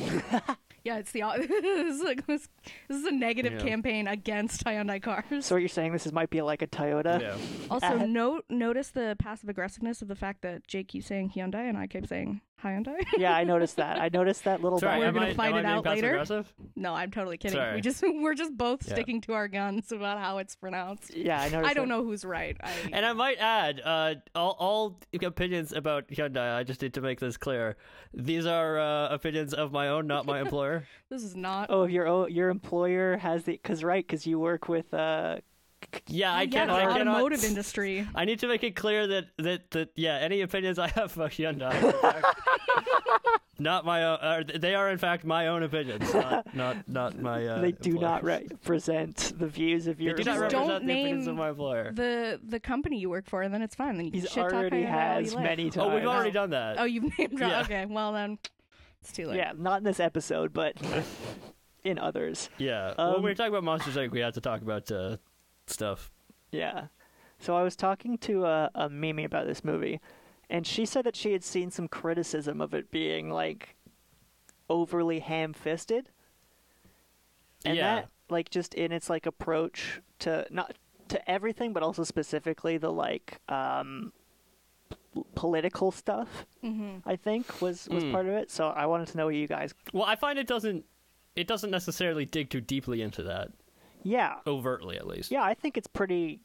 S3: yeah, it's the this is like this, this is a negative
S1: Yeah.
S3: campaign against Hyundai cars.
S2: So what you're saying this is might be like a Toyota.
S1: yeah.
S3: also,
S2: Uh,
S3: note notice the passive aggressiveness of the fact that Jake keeps saying Hyundai and I keep saying Hyundai.
S2: Yeah, I noticed that. I noticed that little.
S1: Sorry,
S3: We're
S2: dot.
S1: am
S3: gonna
S1: I,
S3: find
S1: am
S3: it
S1: I being
S3: out later.
S1: passive-aggressive?
S3: no, I'm totally kidding.
S1: Sorry.
S3: We just we're just both
S1: Yeah.
S3: sticking to our guns about how it's pronounced.
S2: Yeah, I noticed.
S3: I don't
S2: that.
S3: know who's right. I,
S1: And I might add, uh, all, all opinions about Hyundai, I just need to make this clear. These are uh, opinions of my own, not my employer.
S3: this is not.
S2: Oh, if your oh, your employer has the because right because you work with uh
S1: Yeah, I
S3: yeah,
S1: can't.
S3: the
S1: I cannot-
S3: automotive industry.
S1: I need to make it clear that that that yeah, any opinions I have about Hyundai, are in fact not my own. Are, they are in fact my own opinions, not not, not my. Uh,
S2: they do not
S1: employer's.
S2: represent the views of
S1: They
S2: your
S1: do not
S2: employer.
S3: Just don't
S1: represent the opinions
S3: name
S1: of my employer.
S3: the the company you work for, and then it's fine. Then you can
S2: He's
S3: shit talk
S2: already
S3: Hyundai all you
S2: has
S3: like.
S2: many times.
S1: oh, we've already done that.
S3: Oh, you've named dropped.
S1: Yeah.
S3: Okay, well then, it's too late.
S2: Yeah, not in this episode, but in others.
S1: yeah. when
S2: um,
S1: we were talking about Monsters Inc., we had to talk about uh, stuff.
S2: Yeah. So I was talking to a, a Mimi about this movie, and she said that she had seen some criticism of it being like overly ham-fisted, and
S1: yeah.
S2: that like just in its like approach to not to everything, but also specifically the like um, p- political stuff.
S3: Mm-hmm.
S2: I think was was
S1: Mm.
S2: part of it. So I wanted to know what you guys.
S1: Well, I find it doesn't it doesn't necessarily dig too deeply into that
S2: Yeah,
S1: overtly, at least.
S2: yeah. I think it's pretty.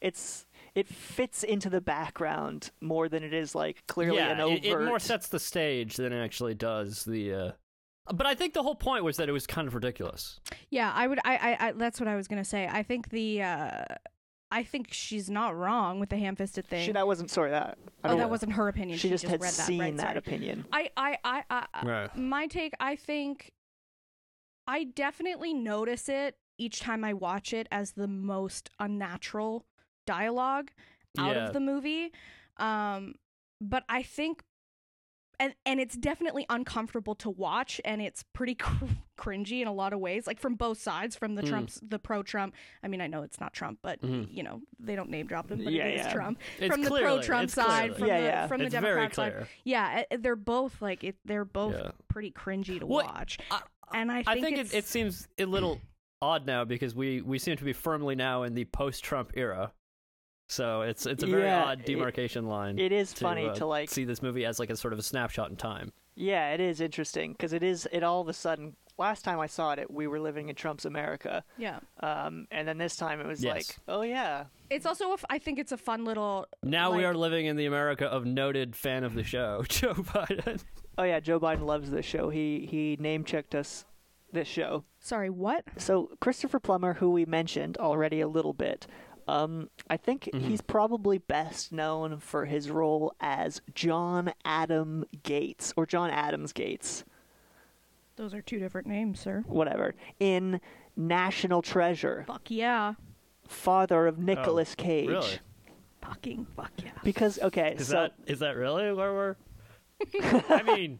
S2: It's it fits into the background more than it is like clearly
S1: yeah,
S2: an overt.
S1: It, it more sets the stage than it actually does the. Uh... But I think the whole point was that it was kind of ridiculous.
S3: Yeah, I would. I, I. I. That's what I was gonna say. I think the. uh I think she's not wrong with the ham-fisted thing.
S2: She, that wasn't sorry that. I
S3: oh,
S2: don't-
S3: that wasn't her opinion.
S2: She,
S3: She,
S2: just, had
S3: read that.
S2: seen
S3: right,
S2: that
S3: sorry.
S2: opinion.
S3: I. I. I. I, I
S1: Right.
S3: my take i think i definitely notice it each time i watch it as the most unnatural dialogue out
S1: Yeah.
S3: of the movie um but i think and and it's definitely uncomfortable to watch and it's pretty cr- cringy in a lot of ways like from both sides from the
S1: Mm.
S3: trump's the pro trump i mean i know it's not trump but
S1: Mhm.
S3: you know they don't name drop him but
S2: Yeah,
S3: it is
S2: yeah.
S3: trump
S1: It's
S3: from the
S1: clearly-
S3: pro trump
S1: it's
S3: side
S1: clearly.
S3: from
S2: Yeah,
S3: the
S2: yeah.
S3: from
S1: it's
S3: the
S1: very
S3: democrat side
S1: clear.
S3: yeah, uh, they're both like it, they're both
S1: Yeah.
S3: pretty cringy to
S1: Well,
S3: watch.
S1: I-
S3: and I think,
S1: I think
S3: it's,
S1: it, it seems a little odd now because we, we seem to be firmly now in the post-Trump era. So it's it's a very
S2: Yeah,
S1: odd
S2: it-
S1: demarcation line.
S2: It is
S1: to,
S2: funny
S1: uh,
S2: to like.
S1: see this movie as like a sort of a snapshot in time.
S2: Yeah, it is interesting because it is. It all of a sudden. Last time I saw it, we were living in Trump's America,
S3: yeah.
S2: um, and then this time it was
S1: Yes.
S2: like, oh yeah,
S3: It's also a f- I think it's a fun little
S1: Now we
S3: like-
S1: are living in the America of noted fan of the show, Joe Biden.
S2: oh yeah. Joe Biden loves this show. He he name checked us this show.
S3: Sorry, what?
S2: So Christopher Plummer, who we mentioned already a little bit, um, I think
S1: Mm-hmm.
S2: he's probably best known for his role as John Adam Gates or John Adams Gates,
S3: Those are two different names, sir.
S2: whatever, in National Treasure,
S3: Fuck yeah.
S2: father of Nicolas Cage.
S1: Oh, Really?
S3: Fucking fuck yeah.
S2: Because okay,
S1: Is
S2: so
S1: that is that really where we're? I mean,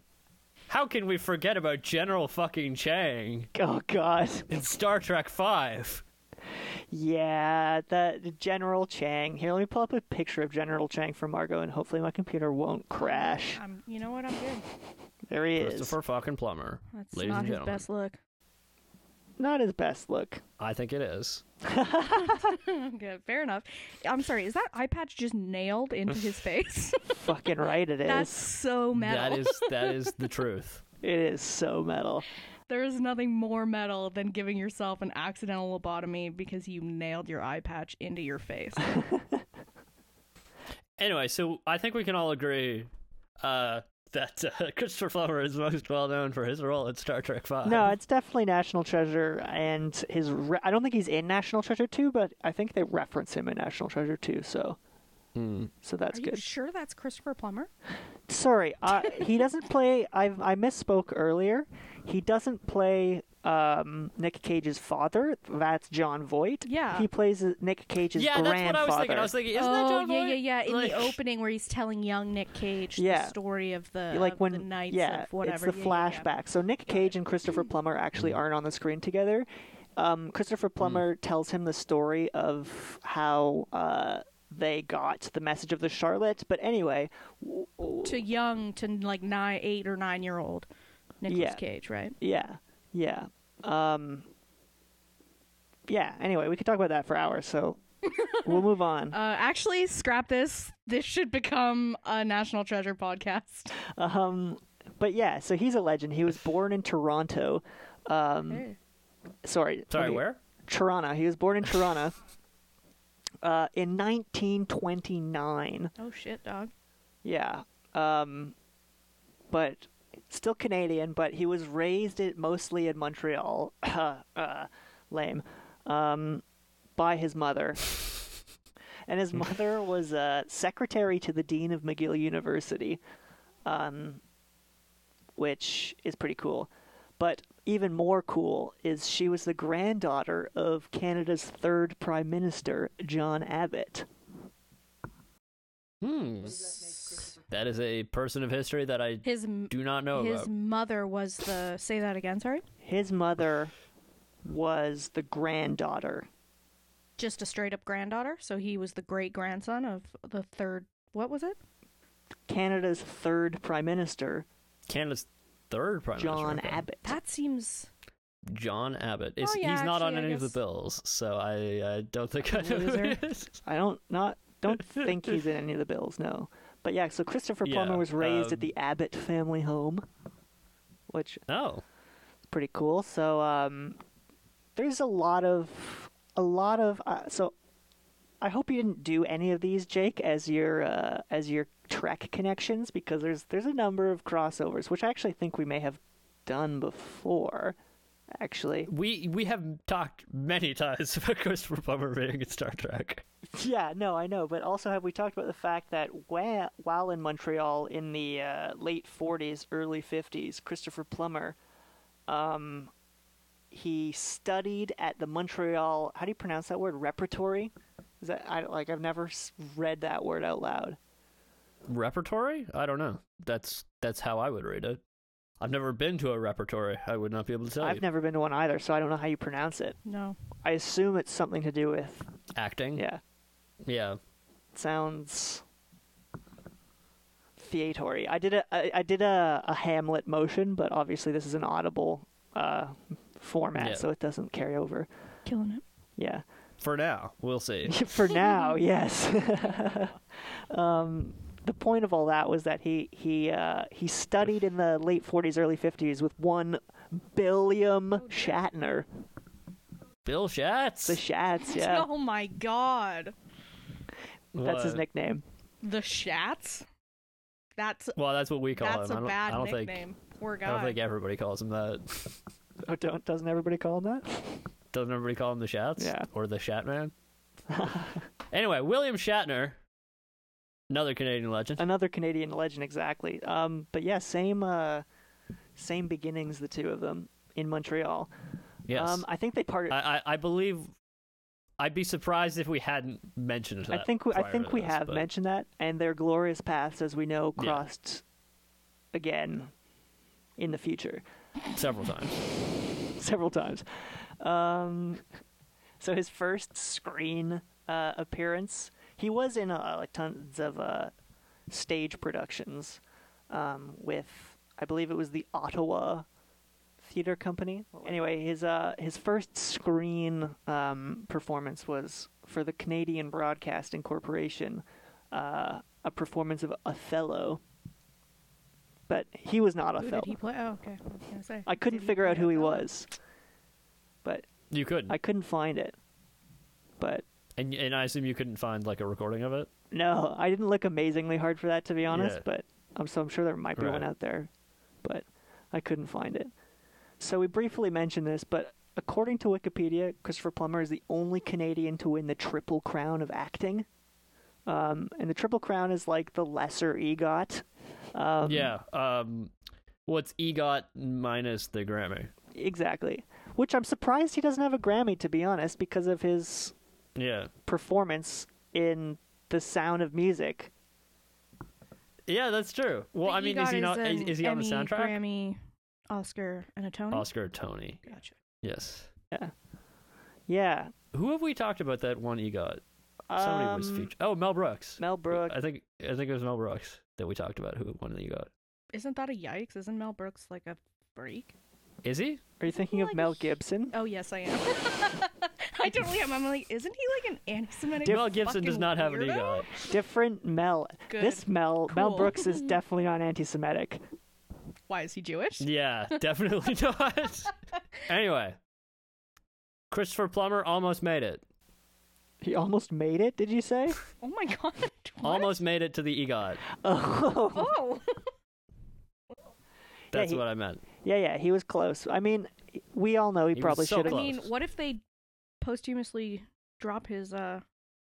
S1: how can we forget about General fucking Chang
S2: oh god,
S1: in Star Trek Five?
S2: yeah, that General Chang. Here, let me pull up a picture of General Chang for Margot, and hopefully my computer won't crash.
S3: I'm, Um, you know what I'm good.
S2: There he is.
S1: Christopher fucking Plummer,
S3: That's
S1: ladies
S3: not
S1: and
S3: his
S1: gentlemen.
S3: best look.
S2: Not his best look.
S1: I think it is.
S3: Okay, fair enough. I'm sorry. Is that eye patch just nailed into his face?
S2: Fucking right, it is.
S3: That's so metal.
S1: That is that is the truth.
S2: It is so metal.
S3: There is nothing more metal than giving yourself an accidental lobotomy because you nailed your eye patch into your face.
S1: Anyway, so I think we can all agree uh, that uh, Christopher Plummer is most well known for his role in Star Trek Five.
S2: No, it's definitely National Treasure, and his. Re- I don't think he's in National Treasure two, but I think they reference him in National Treasure two. So,
S1: Hmm.
S2: so that's
S3: Are
S2: good.
S3: you sure that's Christopher Plummer?
S2: Sorry, uh, he doesn't play. I I misspoke earlier. He doesn't play um, Nick Cage's father. That's John Voight.
S3: Yeah.
S2: He plays Nick Cage's
S1: yeah, that's
S2: grandfather.
S1: what I was thinking. I was thinking, isn't that
S3: oh,
S1: John
S3: yeah,
S1: Voight?
S3: yeah, yeah. In
S1: Like-
S3: the opening where he's telling young Nick Cage
S2: Yeah.
S3: the story of the
S2: like
S3: of
S2: when
S3: the nights
S2: yeah,
S3: of whatever.
S2: it's the
S3: Yeah, yeah, yeah.
S2: flashback. So Nick Cage and Christopher Plummer actually aren't on the screen together. Um, Christopher
S3: Mm.
S2: Plummer tells him the story of how uh, they got the message of the Charlotte. But anyway, w- w-
S3: To young, to like nine, eight or nine year old Nicolas
S2: Yeah.
S3: Cage, right?
S2: yeah, yeah, um, yeah. Anyway, we could talk about that for hours. So we'll move on.
S3: Uh, actually, scrap this. This should become a National Treasure podcast.
S2: Um, but yeah, so he's a legend. He was born in Toronto. Um,
S3: Hey.
S2: sorry,
S1: Sorry,
S2: let me-
S1: where?
S2: Toronto. He was born in Toronto uh, in 1929.
S3: Oh shit, dog.
S2: Yeah. Um, but still Canadian, but he was raised it mostly in Montreal. uh, lame. Um, by his mother. and his mother was a secretary to the dean of McGill University, um, which is pretty cool. But even more cool is she was the granddaughter of Canada's third prime minister, John Abbott.
S1: Hmm. That is a person of history that I
S3: His m-
S1: do not know
S3: his
S1: about.
S3: mother was the. Say that again. Sorry.
S2: His mother was the granddaughter.
S3: Just a straight up granddaughter. So he was the great grandson of the third. What was it?
S2: Canada's third prime minister,
S1: Canada's third prime
S2: John
S1: minister. okay.
S2: Abbott.
S3: That seems.
S1: John Abbott. It's,
S3: Oh, yeah,
S1: he's not on
S3: actually, I
S1: any of the
S3: guess.
S1: bills, so I, I don't think I know who
S3: Loser.
S1: it is.
S2: I don't not don't think he's in any of the bills. No, but yeah. So Christopher Plummer
S1: Yeah,
S2: was raised
S1: um,
S2: at the Abbott family home, which
S1: Oh,
S2: pretty cool. So um, there's a lot of a lot of uh, so. I hope you didn't do any of these, Jake, as your uh, as your Trek connections, because there's there's a number of crossovers, which I actually think we may have done before. Actually,
S1: we we have talked many times about Christopher Plummer being in Star Trek.
S2: yeah, no, I know, but also have we talked about the fact that whe- while in Montreal in the uh, late '40s, early '50s, Christopher Plummer, um, he studied at the Montreal. How do you pronounce that word? Repertory? Is that I like I've never s- read that word out loud.
S1: Repertory? I don't know. That's that's how I would read it. I've never been to a repertory. I would not be able to tell
S2: I've
S1: you.
S2: never been to one either, so I don't know how you pronounce it.
S3: No.
S2: I assume it's something to do with
S1: Acting?
S2: yeah,
S1: Yeah.
S2: sounds theatory. I did a I, I did a, a Hamlet motion, but obviously this is an audible uh, format,
S1: Yeah.
S2: so it doesn't carry over.
S3: Killing it.
S2: Yeah,
S1: For now, we'll see.
S2: for now, yes. um, the point of all that was that he he uh, he studied in the late '40s, early '50s with one Billiam
S1: Oh,
S2: Shatner.
S1: Bill Schatz.
S2: The Shats, yeah,
S3: Oh my god.
S2: that's his
S1: What?
S2: nickname.
S3: The Shats? That's
S1: Well, that's what we call
S3: that's
S1: him.
S3: a
S1: I don't,
S3: bad
S1: I don't
S3: nickname.
S1: think
S3: Poor guy.
S1: I don't think everybody calls him that.
S2: Oh, don't doesn't everybody call him that?
S1: Doesn't everybody call him the Shats?
S2: Yeah.
S1: Or the Shatman? anyway, William Shatner, another Canadian legend.
S2: another Canadian legend, exactly. Um, but yeah, same uh, same beginnings, the two of them in Montreal.
S1: yes.
S2: Um, I think they parted.
S1: I, I, I believe I'd be surprised if we hadn't mentioned
S2: I
S1: that.
S2: think we, I
S1: prior
S2: think
S1: to
S2: we
S1: this,
S2: have
S1: but
S2: mentioned that, and their glorious paths, as we know,
S1: Yeah.
S2: crossed again in the future
S1: several times.
S2: several times. Um, so his first screen uh, appearance, he was in uh, like tons of uh, stage productions um, with, I believe it was the Ottawa Theater Company. Anyway, his uh, his first screen um, performance was for the Canadian Broadcasting Corporation, uh, a performance of Othello. But he was not
S3: Who
S2: Othello.
S3: did he play? Oh, okay. I was gonna say.
S2: I couldn't
S3: Did
S2: figure out
S3: play
S2: who he
S3: Othello?
S2: was, but
S1: You could,
S2: I couldn't find it. But
S1: and and I assume you couldn't find like a recording of it.
S2: no, I didn't look amazingly hard for that to be honest.
S1: Yeah.
S2: But Um, so I'm sure there might be
S1: Right.
S2: one out there, but I couldn't find it. So we briefly mentioned this, but according to Wikipedia, Christopher Plummer is the only Canadian to win the Triple Crown of acting. Um, and the Triple Crown is like the lesser EGOT. Um,
S1: yeah. Um, what's EGOT minus the Grammy?
S2: Exactly. Which I'm surprised he doesn't have a Grammy, to be honest, because of his
S1: Yeah.
S2: performance in The Sound of Music.
S1: Yeah, that's true. Well,
S3: The
S1: I mean,
S3: EGOT
S1: is he not? Is,
S3: an
S1: is he on the
S3: Emmy,
S1: soundtrack?
S3: um, Grammy, Oscar, and a Tony.
S1: Oscar, Tony.
S3: Gotcha.
S1: Yes.
S2: Yeah.
S1: Who have we talked about that one EGOT? Somebody was
S2: Um,
S1: featured. Oh, Mel Brooks.
S2: Mel Brooks.
S1: I think I think it was Mel Brooks that we talked about who won the EGOT.
S3: Isn't that a yikes? Isn't Mel Brooks like a freak?
S1: Is he?
S2: Are you thinking of
S3: like
S2: Mel
S3: he-
S2: Gibson?
S3: Oh yes, I am. I totally am. I'm like, isn't he like an anti-Semitic?
S1: Mel Gibson does
S3: fucking
S1: not have an
S3: weirdo?
S1: EGOT.
S2: Different Mel.
S3: Oh. Good.
S2: This Mel. Mel
S3: Cool.
S2: Brooks is definitely not anti-Semitic.
S3: Why is he Jewish?
S1: Yeah, definitely not. anyway, Christopher Plummer almost made it.
S2: He almost made it. Did you say?
S3: Oh my god. What?
S1: Almost made it to the EGOT.
S2: Oh.
S3: Oh.
S1: That's
S2: he-
S1: what I meant.
S2: yeah, yeah. He was close. I mean, we all know
S1: He
S2: he,
S1: was
S2: probably
S1: so
S2: should
S3: I
S2: have.
S1: close.
S3: mean, what if they posthumously drop his uh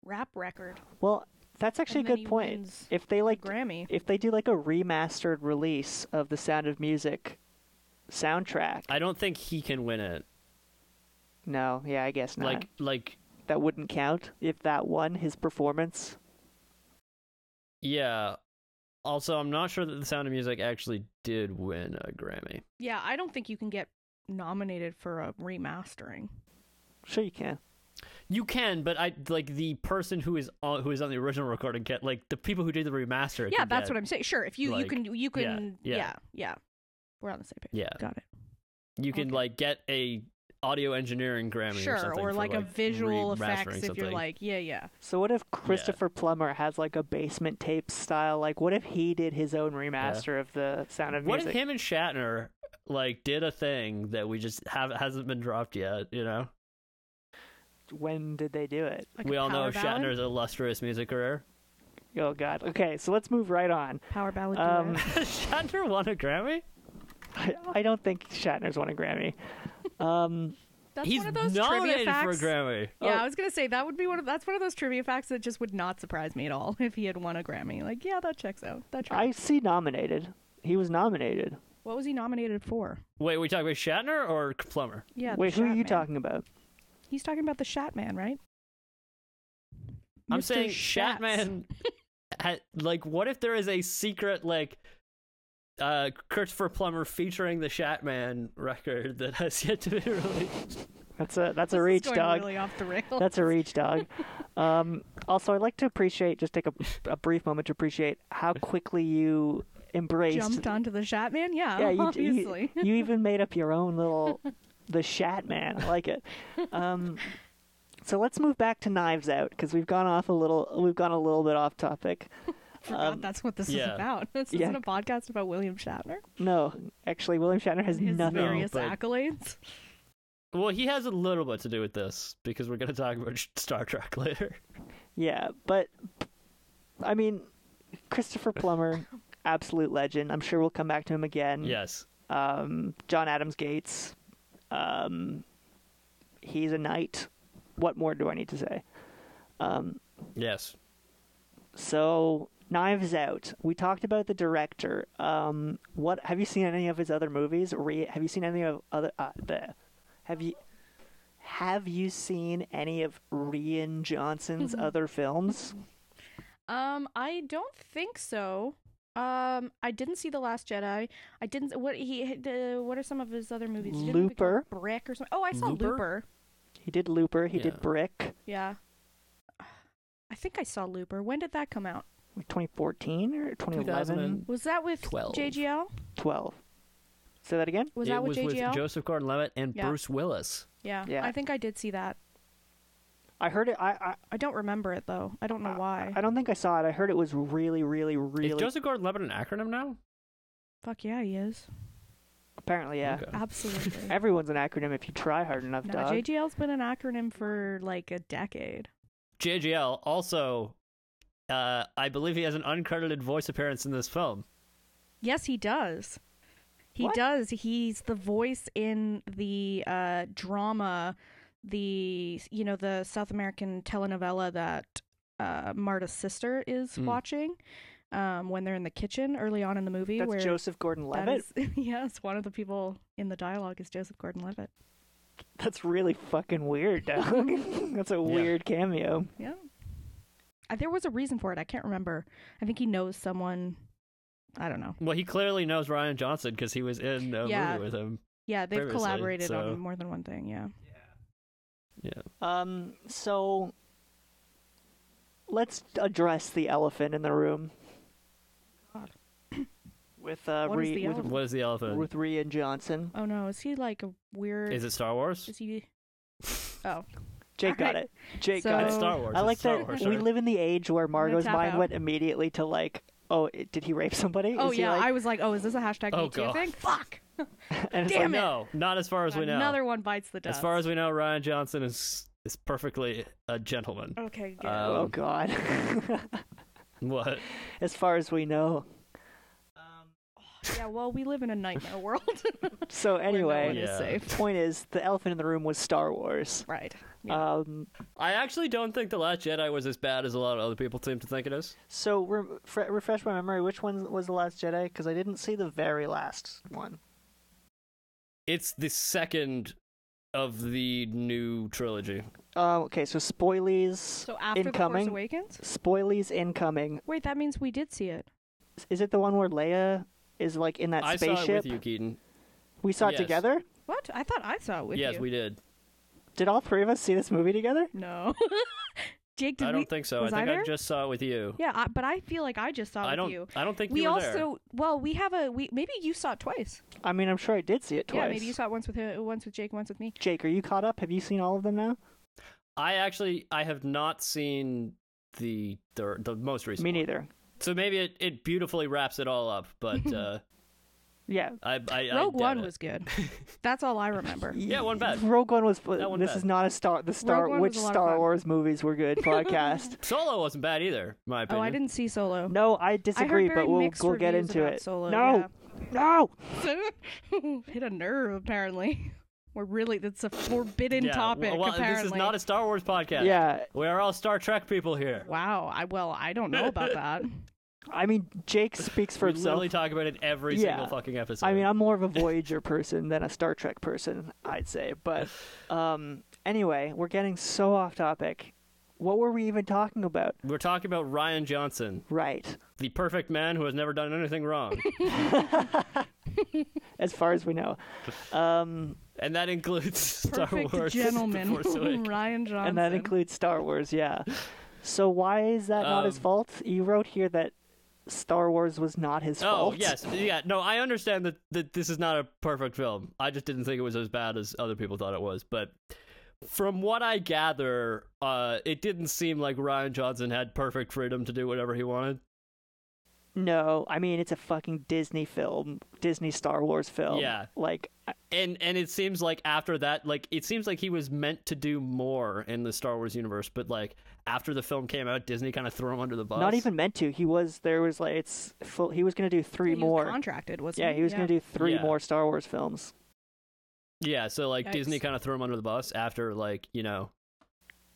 S3: rap record?
S2: Well, that's actually a
S3: And then
S2: good
S3: he
S2: point.
S3: wins
S2: If they like,
S3: Grammy.
S2: if they do like a remastered release of the Sound of Music soundtrack.
S1: I don't think he can win it.
S2: No, yeah, I guess not.
S1: Like like
S2: that wouldn't count if that won his performance.
S1: yeah. Also, I'm not sure that The Sound of Music actually did win a Grammy.
S3: Yeah, I don't think you can get nominated for a remastering.
S2: Sure, you can.
S1: You can, but I like the person who is on, who is on the original recording get like the people who did the remaster.
S3: yeah, that's what I'm saying. Sure, if you you
S1: like,
S3: can you can
S1: yeah.
S3: yeah, yeah. We're on the same page.
S1: Yeah.
S3: Got it.
S1: You can
S3: Okay.
S1: like get a audio engineering Grammy or
S3: sure,
S1: something
S3: or
S1: for,
S3: like,
S1: like
S3: a visual effects
S1: remastering
S3: if you're
S1: something.
S3: like, yeah, yeah.
S2: So what if Christopher Plummer has like a basement tape style? Like, what if he did his own remaster of the Sound of
S1: What if
S2: Music?
S1: him and Shatner like did a thing that we just have hasn't been dropped yet? You know,
S2: when did they do it?
S3: Like a
S1: we all know
S3: power ballad?
S1: Shatner's illustrious music career.
S2: Oh God. Okay, so let's move right on.
S3: power ballad.
S2: Um,
S3: duet.
S1: Shatner won a Grammy.
S2: I, I don't think Shatner's won a Grammy. Um,
S3: That's
S1: He's
S3: one of those trivia
S1: nominated for a
S3: facts.
S1: Grammy.
S3: Yeah,
S2: Oh.
S3: I was gonna say that would be one of that's one of those trivia facts that just would not surprise me at all if he had won a Grammy. Like, yeah, that checks out. That checks.
S2: I see nominated. He was nominated.
S3: What was he nominated for?
S1: Wait, we talking about Shatner or Plummer?
S3: Yeah. the
S2: Wait, who are
S3: Shat
S2: you
S3: Man.
S2: talking about?
S3: He's talking about the Shat Man, right?
S1: I'm
S3: Mr.
S1: saying
S3: Shatz.
S1: Shatman. had, like, what if there is a secret like uh Christopher Plummer featuring the Shatman record that has yet to be released?
S2: That's a that's
S3: This
S2: a
S3: is
S2: reach,
S3: going
S2: dog.
S3: Really off the rails.
S2: That's a reach, dog. Um, also, I'd like to appreciate just take a, a brief moment to appreciate how quickly you embraced
S3: jumped onto the Shat Man. Yeah,
S2: yeah, you, you-
S3: obviously.
S2: You, even made up your own little the Shat Man. I like it. Um, so let's move back to Knives Out because we've gone off a little. We've gone a little bit off topic.
S3: Forgot
S2: um,
S3: that's what this is
S1: yeah.
S3: about. This
S2: Yeah.
S3: isn't a podcast about William Shatner.
S2: No, actually, William Shatner has
S3: His
S2: nothing.
S1: No.
S3: various
S1: but-
S3: accolades.
S1: Well, he has a little bit to do with this because we're going to talk about Star Trek later.
S2: Yeah, but I mean, Christopher Plummer, absolute legend. I'm sure we'll come back to him
S3: Mm.
S2: again.
S1: Yes.
S2: um, John Adams Gates. Um, he's a knight. What more do I need to say? Um,
S1: Yes.
S2: so Knives Out. We talked about the director. Um, what have you seen any of his other movies? Re- have you seen any of other uh, the? Have you have you seen any of Rian Johnson's
S3: Mm-hmm.
S2: other films?
S3: Um, I don't think so. Um, I didn't see the Last Jedi. I didn't. What he? Uh, what are some of his other movies? He did a movie called
S2: Looper.
S3: Brick, or something. Oh, I saw
S1: Looper?
S3: Looper.
S2: He did Looper. He
S1: Yeah.
S2: did Brick.
S3: Yeah. I think I saw Looper. When did that come out?
S2: 2014 or 2011,
S1: 2000.
S3: Was that with
S1: Twelve.
S3: JGL?
S2: 12. Say that again.
S3: Was
S1: it
S3: that with
S1: was
S3: JGL?
S1: with Joseph Gordon-Levitt and
S3: Yeah.
S1: Bruce Willis.
S3: yeah.
S2: Yeah.
S3: I think I did see that.
S2: I heard it. I, I
S3: I don't remember it though. I don't know why.
S2: Uh, I don't think I saw it. I heard it was really, really, really.
S1: Is Joseph Gordon-Levitt an acronym now?
S3: Fuck yeah, he is.
S2: Apparently, yeah.
S1: Okay.
S3: Absolutely.
S2: Everyone's an acronym if you try hard enough,
S3: no,
S2: dog.
S3: JGL's been an acronym for like a decade.
S1: JGL also uh I believe he has an uncredited voice appearance in this film.
S3: Yes, he does. He
S2: What?
S3: does. He's the voice in the uh, drama, the you know the South American telenovela that uh, Marta's sister is
S1: Mm.
S3: watching um, when they're in the kitchen early on in the movie.
S2: That's
S3: where
S2: Joseph
S3: that
S2: Gordon-Levitt.
S3: is- yes, one of the people in the dialogue is Joseph Gordon-Levitt.
S2: That's really fucking weird, dog. That's a weird cameo.
S3: Yeah. Uh, There was a reason for it. I can't remember. I think he knows someone. I don't know.
S1: Well, he clearly knows Ryan Johnson because he was in a
S3: Yeah.
S1: movie with him.
S3: Yeah, they've
S1: Previously,
S3: collaborated
S1: so-
S3: on more than one thing. Yeah.
S2: Um, so let's address the elephant in the room.
S3: God.
S2: With uh,
S3: What is
S2: Ree,
S3: the
S2: with,
S3: elephant?
S1: What is the elephant?
S2: with Ree and Johnson.
S3: Oh no, is he like a weird?
S1: Is it Star Wars?
S3: Is he? Oh,
S2: Jake got
S3: Alright.
S2: it. Jake
S3: So-
S2: got
S1: It's
S2: it.
S1: Star Wars.
S2: I
S1: It's
S2: like
S1: Star
S2: that
S1: Wars,
S2: we
S1: right?
S2: live in the age where Margot's
S3: tap
S2: mind
S3: out.
S2: went immediately to like, oh, it, did he rape somebody?
S3: oh
S2: Is he
S3: yeah. I
S2: like-
S3: was like, oh, is this a hashtag
S1: Oh,
S3: Me Too
S1: God.
S3: thing? Fuck.
S2: and it's
S3: damn
S2: like,
S3: it.
S1: No, not as far as we know.
S3: Another one bites the dust.
S1: As far as we know, Ryan Johnson is is perfectly a gentleman.
S3: okay, good.
S1: Uh,
S2: Oh
S1: Um,
S2: God.
S1: What?
S2: as far as we know.
S3: yeah. Well, we live in a nightmare world.
S2: So
S3: where no one
S2: anyway,
S1: Yeah.
S3: is safe.
S2: point is the elephant in the room was Star Wars.
S3: Right. Yeah.
S2: Um,
S1: I actually don't think the Last Jedi was as bad as a lot of other people seem to think it is.
S2: so re- fre- refresh my memory. Which one was the Last Jedi? Because I didn't see the very last one.
S1: It's the second of the new trilogy.
S2: Uh, okay, so spoilies
S3: so after
S2: incoming.
S3: the Force Awakens.
S2: spoilies incoming.
S3: Wait, that means we did see it.
S2: Is it the one where Leia is like in that
S1: I saw it
S2: spaceship?
S1: with you, Keaton.
S2: We saw
S1: Yes.
S2: it together.
S3: What? I thought I saw it with
S1: yes,
S3: you.
S1: we did.
S2: Did all three of us see this movie together?
S3: No. Jake, did
S1: I don't
S3: we?
S1: think so.
S3: was
S1: I think
S3: I
S1: I,
S3: there?
S1: just saw it with you.
S3: Yeah, I, but I feel like I just saw it
S1: I
S3: with
S1: don't.
S3: you.
S1: I don't think
S3: we
S1: you were
S3: also
S1: there.
S3: well, we have a we maybe you saw it twice.
S2: I mean, I'm sure I did see it twice.
S3: Yeah, maybe you saw it once with him, once with Jake, once with me.
S2: Jake, are you caught up? Have you seen all of them now?
S1: I actually I have not seen the the, the most recent.
S2: Me
S1: one.
S2: neither.
S1: So maybe it, it beautifully wraps it all up. But uh,
S2: Yeah.
S1: I, I I
S3: Rogue
S1: doubt
S3: One
S1: it.
S3: was good. That's all I remember.
S1: Yeah, one bad.
S2: Rogue One was.
S1: one
S2: this
S1: bad.
S2: is not a Star. The Star.
S3: Rogue One
S2: Which
S3: was a lot of
S2: Star
S3: fun.
S2: Wars movies were good podcast?
S1: Solo wasn't bad either. in My
S3: Oh,
S1: opinion.
S3: I didn't see Solo.
S2: no, I disagree,
S3: very
S2: but we'll
S3: mixed
S2: we'll get
S3: reviews
S2: into
S3: about
S2: it.
S3: Solo,
S2: no, no.
S3: Hit a nerve, apparently. We're really that's a forbidden
S1: Yeah,
S3: topic.
S1: Well,
S3: apparently.
S1: this is not a Star Wars podcast.
S2: Yeah,
S1: we are all Star Trek people here.
S3: Wow. I well, I don't know about that.
S2: I mean Jake speaks for
S1: we
S2: himself.
S1: literally talk about it every
S2: Yeah.
S1: single fucking episode.
S2: I mean, I'm more of a Voyager person than a Star Trek person, I'd say. But um, anyway, we're getting so off topic. What were we even talking about?
S1: we're talking about Ryan Johnson,
S2: Right,
S1: the perfect man who has never done anything wrong,
S2: as far as we know. Um,
S1: and that includes Star
S3: Perfect
S1: Wars. The Force
S3: gentleman,
S1: Awakens.
S3: Ryan Johnson.
S2: and that includes Star Wars, yeah. So why is that not his
S1: Um,
S2: fault? You wrote here that Star Wars was not his
S1: Oh
S2: fault.
S1: yes, yeah. No, I understand that that this is not a perfect film. I just didn't think it was as bad as other people thought it was. But from what I gather, uh, it didn't seem like Ryan Johnson had perfect freedom to do whatever he wanted.
S2: No, I mean it's a fucking Disney film, Disney Star Wars film.
S1: Yeah.
S2: Like I-
S1: and and it seems like after that like it seems like he was meant to do more in the star wars universe but like after the film came out disney kind of threw him under the bus
S2: not even meant to. He was there was like it's full. He was gonna do three
S3: he
S2: more.
S3: Was contracted, wasn't
S2: yeah, he was gonna do three
S1: Yeah.
S2: more Star Wars films.
S1: yeah so like
S3: Yikes.
S1: disney kind of threw him under the bus after like you know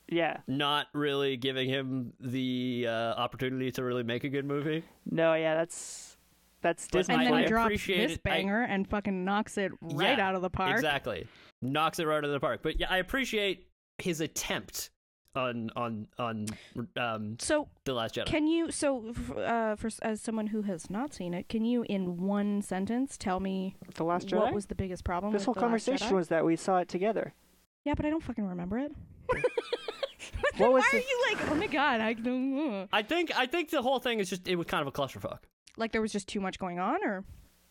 S2: Yeah.
S1: not really giving him the uh, opportunity to really make a good movie
S2: No, yeah, that's that's
S1: But
S2: Disney.
S3: And then
S1: I
S3: he drops
S1: appreciate
S3: this
S1: it. I-
S3: banger and fucking knocks it right
S1: Yeah,
S3: out of the park.
S1: exactly knocks it right out of the park but yeah i appreciate his attempt on on on um
S3: So
S1: the last jedi
S3: Can you so f- uh, for s- as someone who has not seen it, can you in one sentence tell me
S2: the Last Jedi.
S3: what was the biggest problem?
S2: this
S3: with
S2: whole
S3: The Last
S2: conversation
S3: Jedi?
S2: was that we saw it together.
S3: Yeah, but I don't fucking remember it.
S2: What was
S3: Why
S2: the-
S3: are you like? Oh my god! I don't know."
S1: i think i think the whole thing is just it was kind of a clusterfuck
S3: like there was just too much going on, or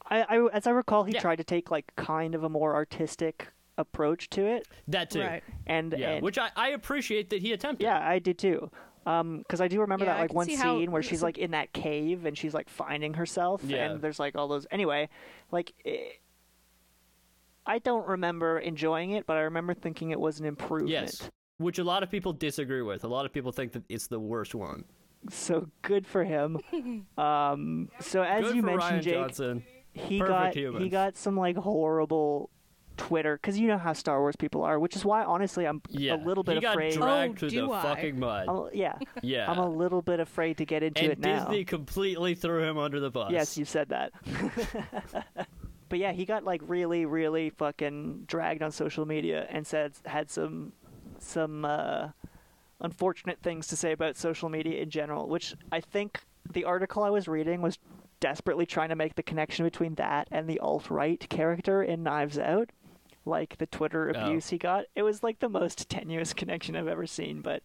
S2: I, I as I recall, he
S1: Yeah.
S2: tried to take like kind of a more artistic approach to it,
S1: that too
S3: right?
S2: and
S1: yeah
S2: and-
S1: which I, I appreciate that he attempted
S2: yeah, I did too. Um, because I do remember
S3: Yeah,
S2: that
S3: I
S2: like
S3: can
S2: one
S3: see
S2: scene
S3: how-
S2: where she's
S3: so-
S2: like in that cave and she's like finding herself,
S1: Yeah.
S2: and there's like all those. Anyway, like. eh, I don't remember enjoying it, but I remember thinking it was an improvement.
S1: Yes. Which a lot of people disagree with. A lot of people think that it's the worst one.
S2: so good for him. Um, so as
S1: Good
S2: you
S1: for
S2: mentioned,
S1: Ryan
S2: Jake,
S1: Johnson.
S2: he
S1: Perfect
S2: got
S1: human.
S2: he got some like horrible Twitter because you know how Star Wars people are, which is why honestly I'm
S1: Yeah,
S2: a little
S1: he
S2: bit
S1: got
S2: afraid.
S1: dragged
S3: Oh,
S1: through the
S3: do I?
S1: fucking mud.
S2: I'm, yeah,
S1: yeah,
S2: I'm a little bit afraid to get into
S1: and
S2: it now.
S1: Disney completely threw him under the bus.
S2: Yes, you said that. but yeah, he got like really, really fucking dragged on social media and said had some some uh, unfortunate things to say about social media in general, which I think the article I was reading was desperately trying to make the connection between that and the alt right character in Knives Out. Like the Twitter
S1: Oh.
S2: abuse he got, it was like the most tenuous connection I've ever seen. But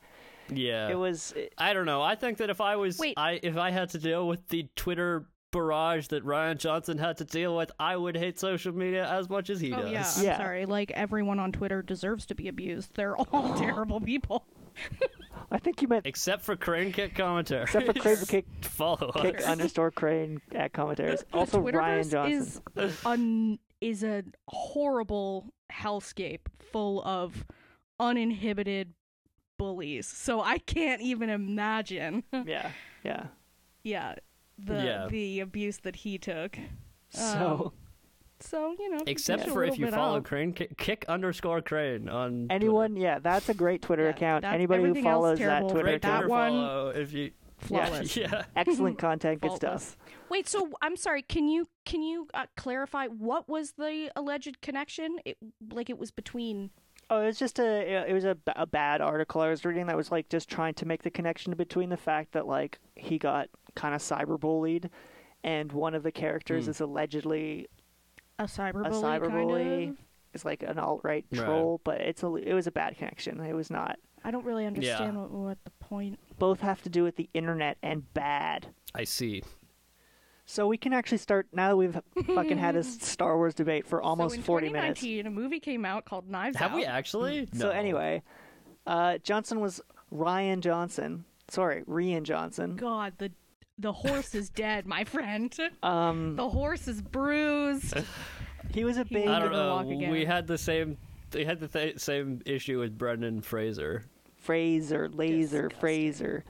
S1: yeah.
S2: it was
S1: I don't know. I think that if I was,
S3: Wait.
S1: I if I had to deal with the Twitter barrage that Ryan Johnson had to deal with, I would hate social media as much as he
S3: Oh yeah,
S1: does.
S3: I'm
S2: Yeah.
S3: sorry. Like everyone on Twitter deserves to be abused. They're all terrible people.
S2: I think you meant
S1: Except for Crane Kick commentary.
S2: except for Craven Kick
S1: Follow
S2: kick
S1: us.
S2: underscore crane at commentaries. Also
S3: the Twitterverse
S2: Ryan Johnson.
S3: is un- is a horrible hellscape full of uninhibited bullies. So I can't even imagine.
S2: Yeah, yeah.
S3: yeah, the
S1: Yeah.
S3: the abuse that he took. Oh.
S2: so
S3: So you know,
S1: Except
S3: just a
S1: for if
S3: little
S1: you
S3: bit
S1: follow
S3: up.
S1: Crane Kick, kick underscore Crane on
S2: anyone, yeah, that's a great Twitter
S3: Yeah,
S2: account.
S3: that-
S2: Anybody who
S3: everything else
S2: follows that
S3: terrible.
S1: Twitter.
S2: Twitter
S1: Great
S3: That
S2: account,
S1: Twitter
S3: one-
S1: follow if you.
S3: flawless.
S1: Yeah.
S2: excellent content, good
S3: Faultless.
S2: stuff.
S3: Wait, so I'm sorry. Can you can you uh, clarify what was the alleged connection? It, like it was between.
S2: Oh, it was just a it was a, b- a bad article I was reading that was like just trying to make the connection between the fact that like he got kind of cyberbullied, and one of the
S3: Hmm.
S2: characters is allegedly
S3: A cyberbully,
S2: a cyberbully. Is like an alt right
S1: Right.
S2: troll, but it's a it was a bad connection. It was not.
S3: I don't really understand
S1: Yeah.
S3: what, what the point.
S2: Both have to do with the internet and bad.
S1: I see.
S2: So we can actually start now that we've fucking had this Star Wars debate for almost
S3: so in
S2: 40 minutes.
S3: 2019, a movie came out called Knives
S1: Have
S3: Out.
S1: we actually?
S2: hmm. So
S1: No.
S2: anyway, uh, Johnson was Ryan Johnson. Sorry, Rian Johnson.
S3: God, the the horse is dead, my friend.
S2: Um,
S3: The horse is bruised.
S2: he was a big.
S1: I don't
S3: He didn't
S1: know.
S3: walk again.
S1: We had the same. They had the th- same issue with Brendan Fraser.
S2: Fraser, Laser,
S3: Disgusting.
S2: Fraser.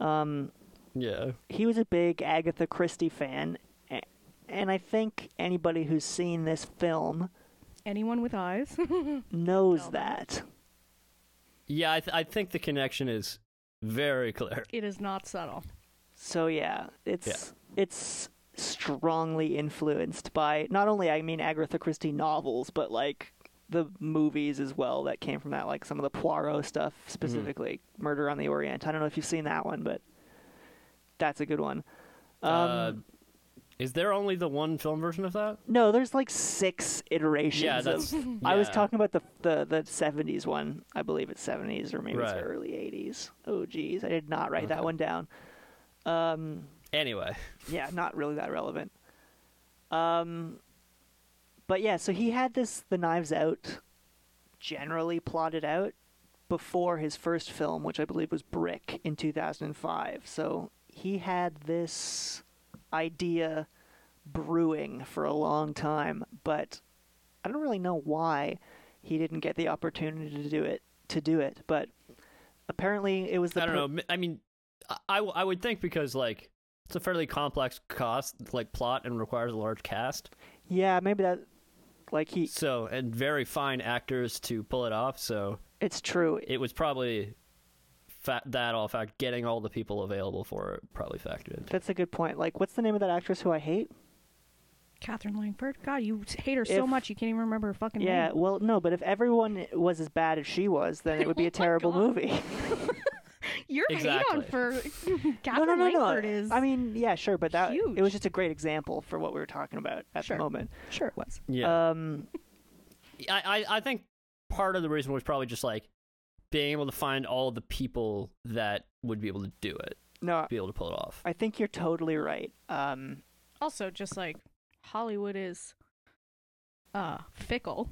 S2: Um,
S1: Yeah.
S2: he was a big Agatha Christie fan, a- and I think anybody who's seen this film
S3: Anyone with eyes?
S2: knows
S3: No.
S2: that.
S1: Yeah, I, th- I think the connection is very clear.
S3: it is not subtle.
S2: So yeah, it's it's strongly influenced by not only I mean Agatha Christie novels, but like the movies as well that came from that, like some of the Poirot stuff
S1: Mm-hmm.
S2: specifically, Murder on the Orient. I don't know if you've seen that one, but that's a good one. Um,
S1: uh, is there only the one film version of that?
S2: no, there's like six iterations.
S1: Yeah,
S2: of-
S1: that's.
S2: I was
S1: yeah.
S2: talking about the the the seventies one. I believe it's seventies or maybe
S1: Right.
S2: it's early eighties. Oh geez, I did not write
S1: Okay.
S2: that one down. Um,
S1: Anyway,
S2: yeah, not really that relevant. Um, but yeah, so he had this The Knives Out generally plotted out before his first film, which I believe was Brick in 2005. So he had this idea brewing for a long time, but I don't really know why he didn't get the opportunity to do it. To do it, but apparently it was the
S1: I don't
S2: per-
S1: know. m- I mean, I- I, w- I would think because like it's a fairly complex cost like plot and requires a large cast,
S2: yeah maybe that like he
S1: so and very fine actors to pull it off. So
S2: it's true
S1: it was probably fa- that all fact getting all the people available for it probably factored in.
S2: That's a good point. Like, what's the name of that actress who I hate?
S3: Catherine Langford. God, you hate her so
S2: If-
S3: much you can't even remember her fucking
S2: Yeah,
S3: name.
S2: well, no, but if everyone was as bad as she was, then it would be a
S3: Oh my
S2: terrible
S3: God.
S2: movie.
S3: Your hate
S1: Exactly.
S3: on for
S2: no, no,
S3: Catherine
S2: no, no.
S3: Langford is.
S2: I mean, yeah, sure, but that
S3: huge.
S2: it was just a great example for what we were talking about at
S3: Sure.
S2: the moment.
S3: sure it was.
S1: Yeah.
S2: Um,
S1: I, I I think part of the reason was probably just like being able to find all the people that would be able to do it,
S2: no,
S1: be able to pull it off.
S2: I think you're totally right. Um,
S3: also just like Hollywood is uh fickle,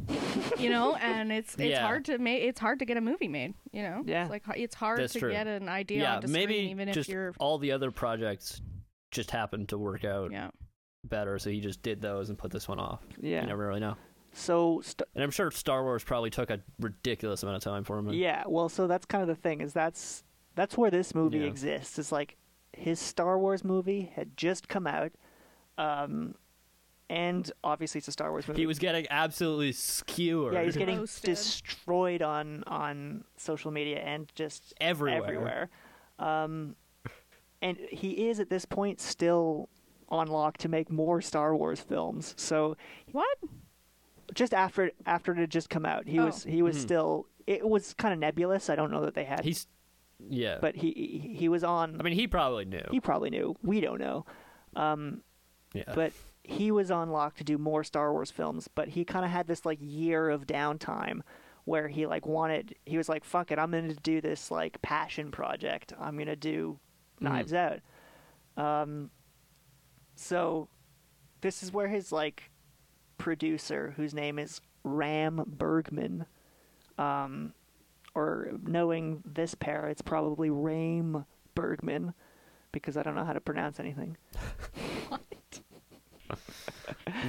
S3: you know, and it's it's
S1: Yeah.
S3: hard to make it's hard to get a movie made, you know.
S2: Yeah.
S3: It's like it's hard
S1: That's
S3: to
S1: true.
S3: get an idea
S1: yeah,
S3: onto
S1: maybe
S3: screen even
S1: just
S3: if you're
S1: all the other projects just happened to work out
S3: yeah.
S1: better, so he just did those and put this one off.
S2: yeah.
S1: You never really know.
S2: So, st-
S1: And I'm sure Star Wars probably took a ridiculous amount of time for him.
S2: yeah. Well, so that's kind of the thing is that's that's where this movie
S1: Yeah.
S2: exists. Is like his Star Wars movie had just come out, um, and obviously it's a Star Wars movie.
S1: He was getting absolutely skewered.
S2: yeah, he's getting
S3: Roasted.
S2: destroyed on on social media and just
S1: everywhere.
S2: everywhere. Um, and he is at this point still on lock to make more Star Wars films. So
S3: What?
S2: just after after it had just come out, he
S3: Oh.
S2: was he was still it was kind of nebulous. I don't know that they had,
S1: Mm-hmm. He's yeah.
S2: but he he- he was on.
S1: I mean, he probably knew.
S2: he probably knew. We don't know,
S1: yeah.
S2: but he was on lock to do more Star Wars films. But he kind of had this like year of downtime where he like wanted. He was like, "Fuck it, I'm gonna do this like passion project. I'm gonna do Knives Out." Um, so this is where his like producer, whose name is Ram Bergman, um, or knowing this pair, it's probably Rame Bergman, because I don't know how to pronounce anything.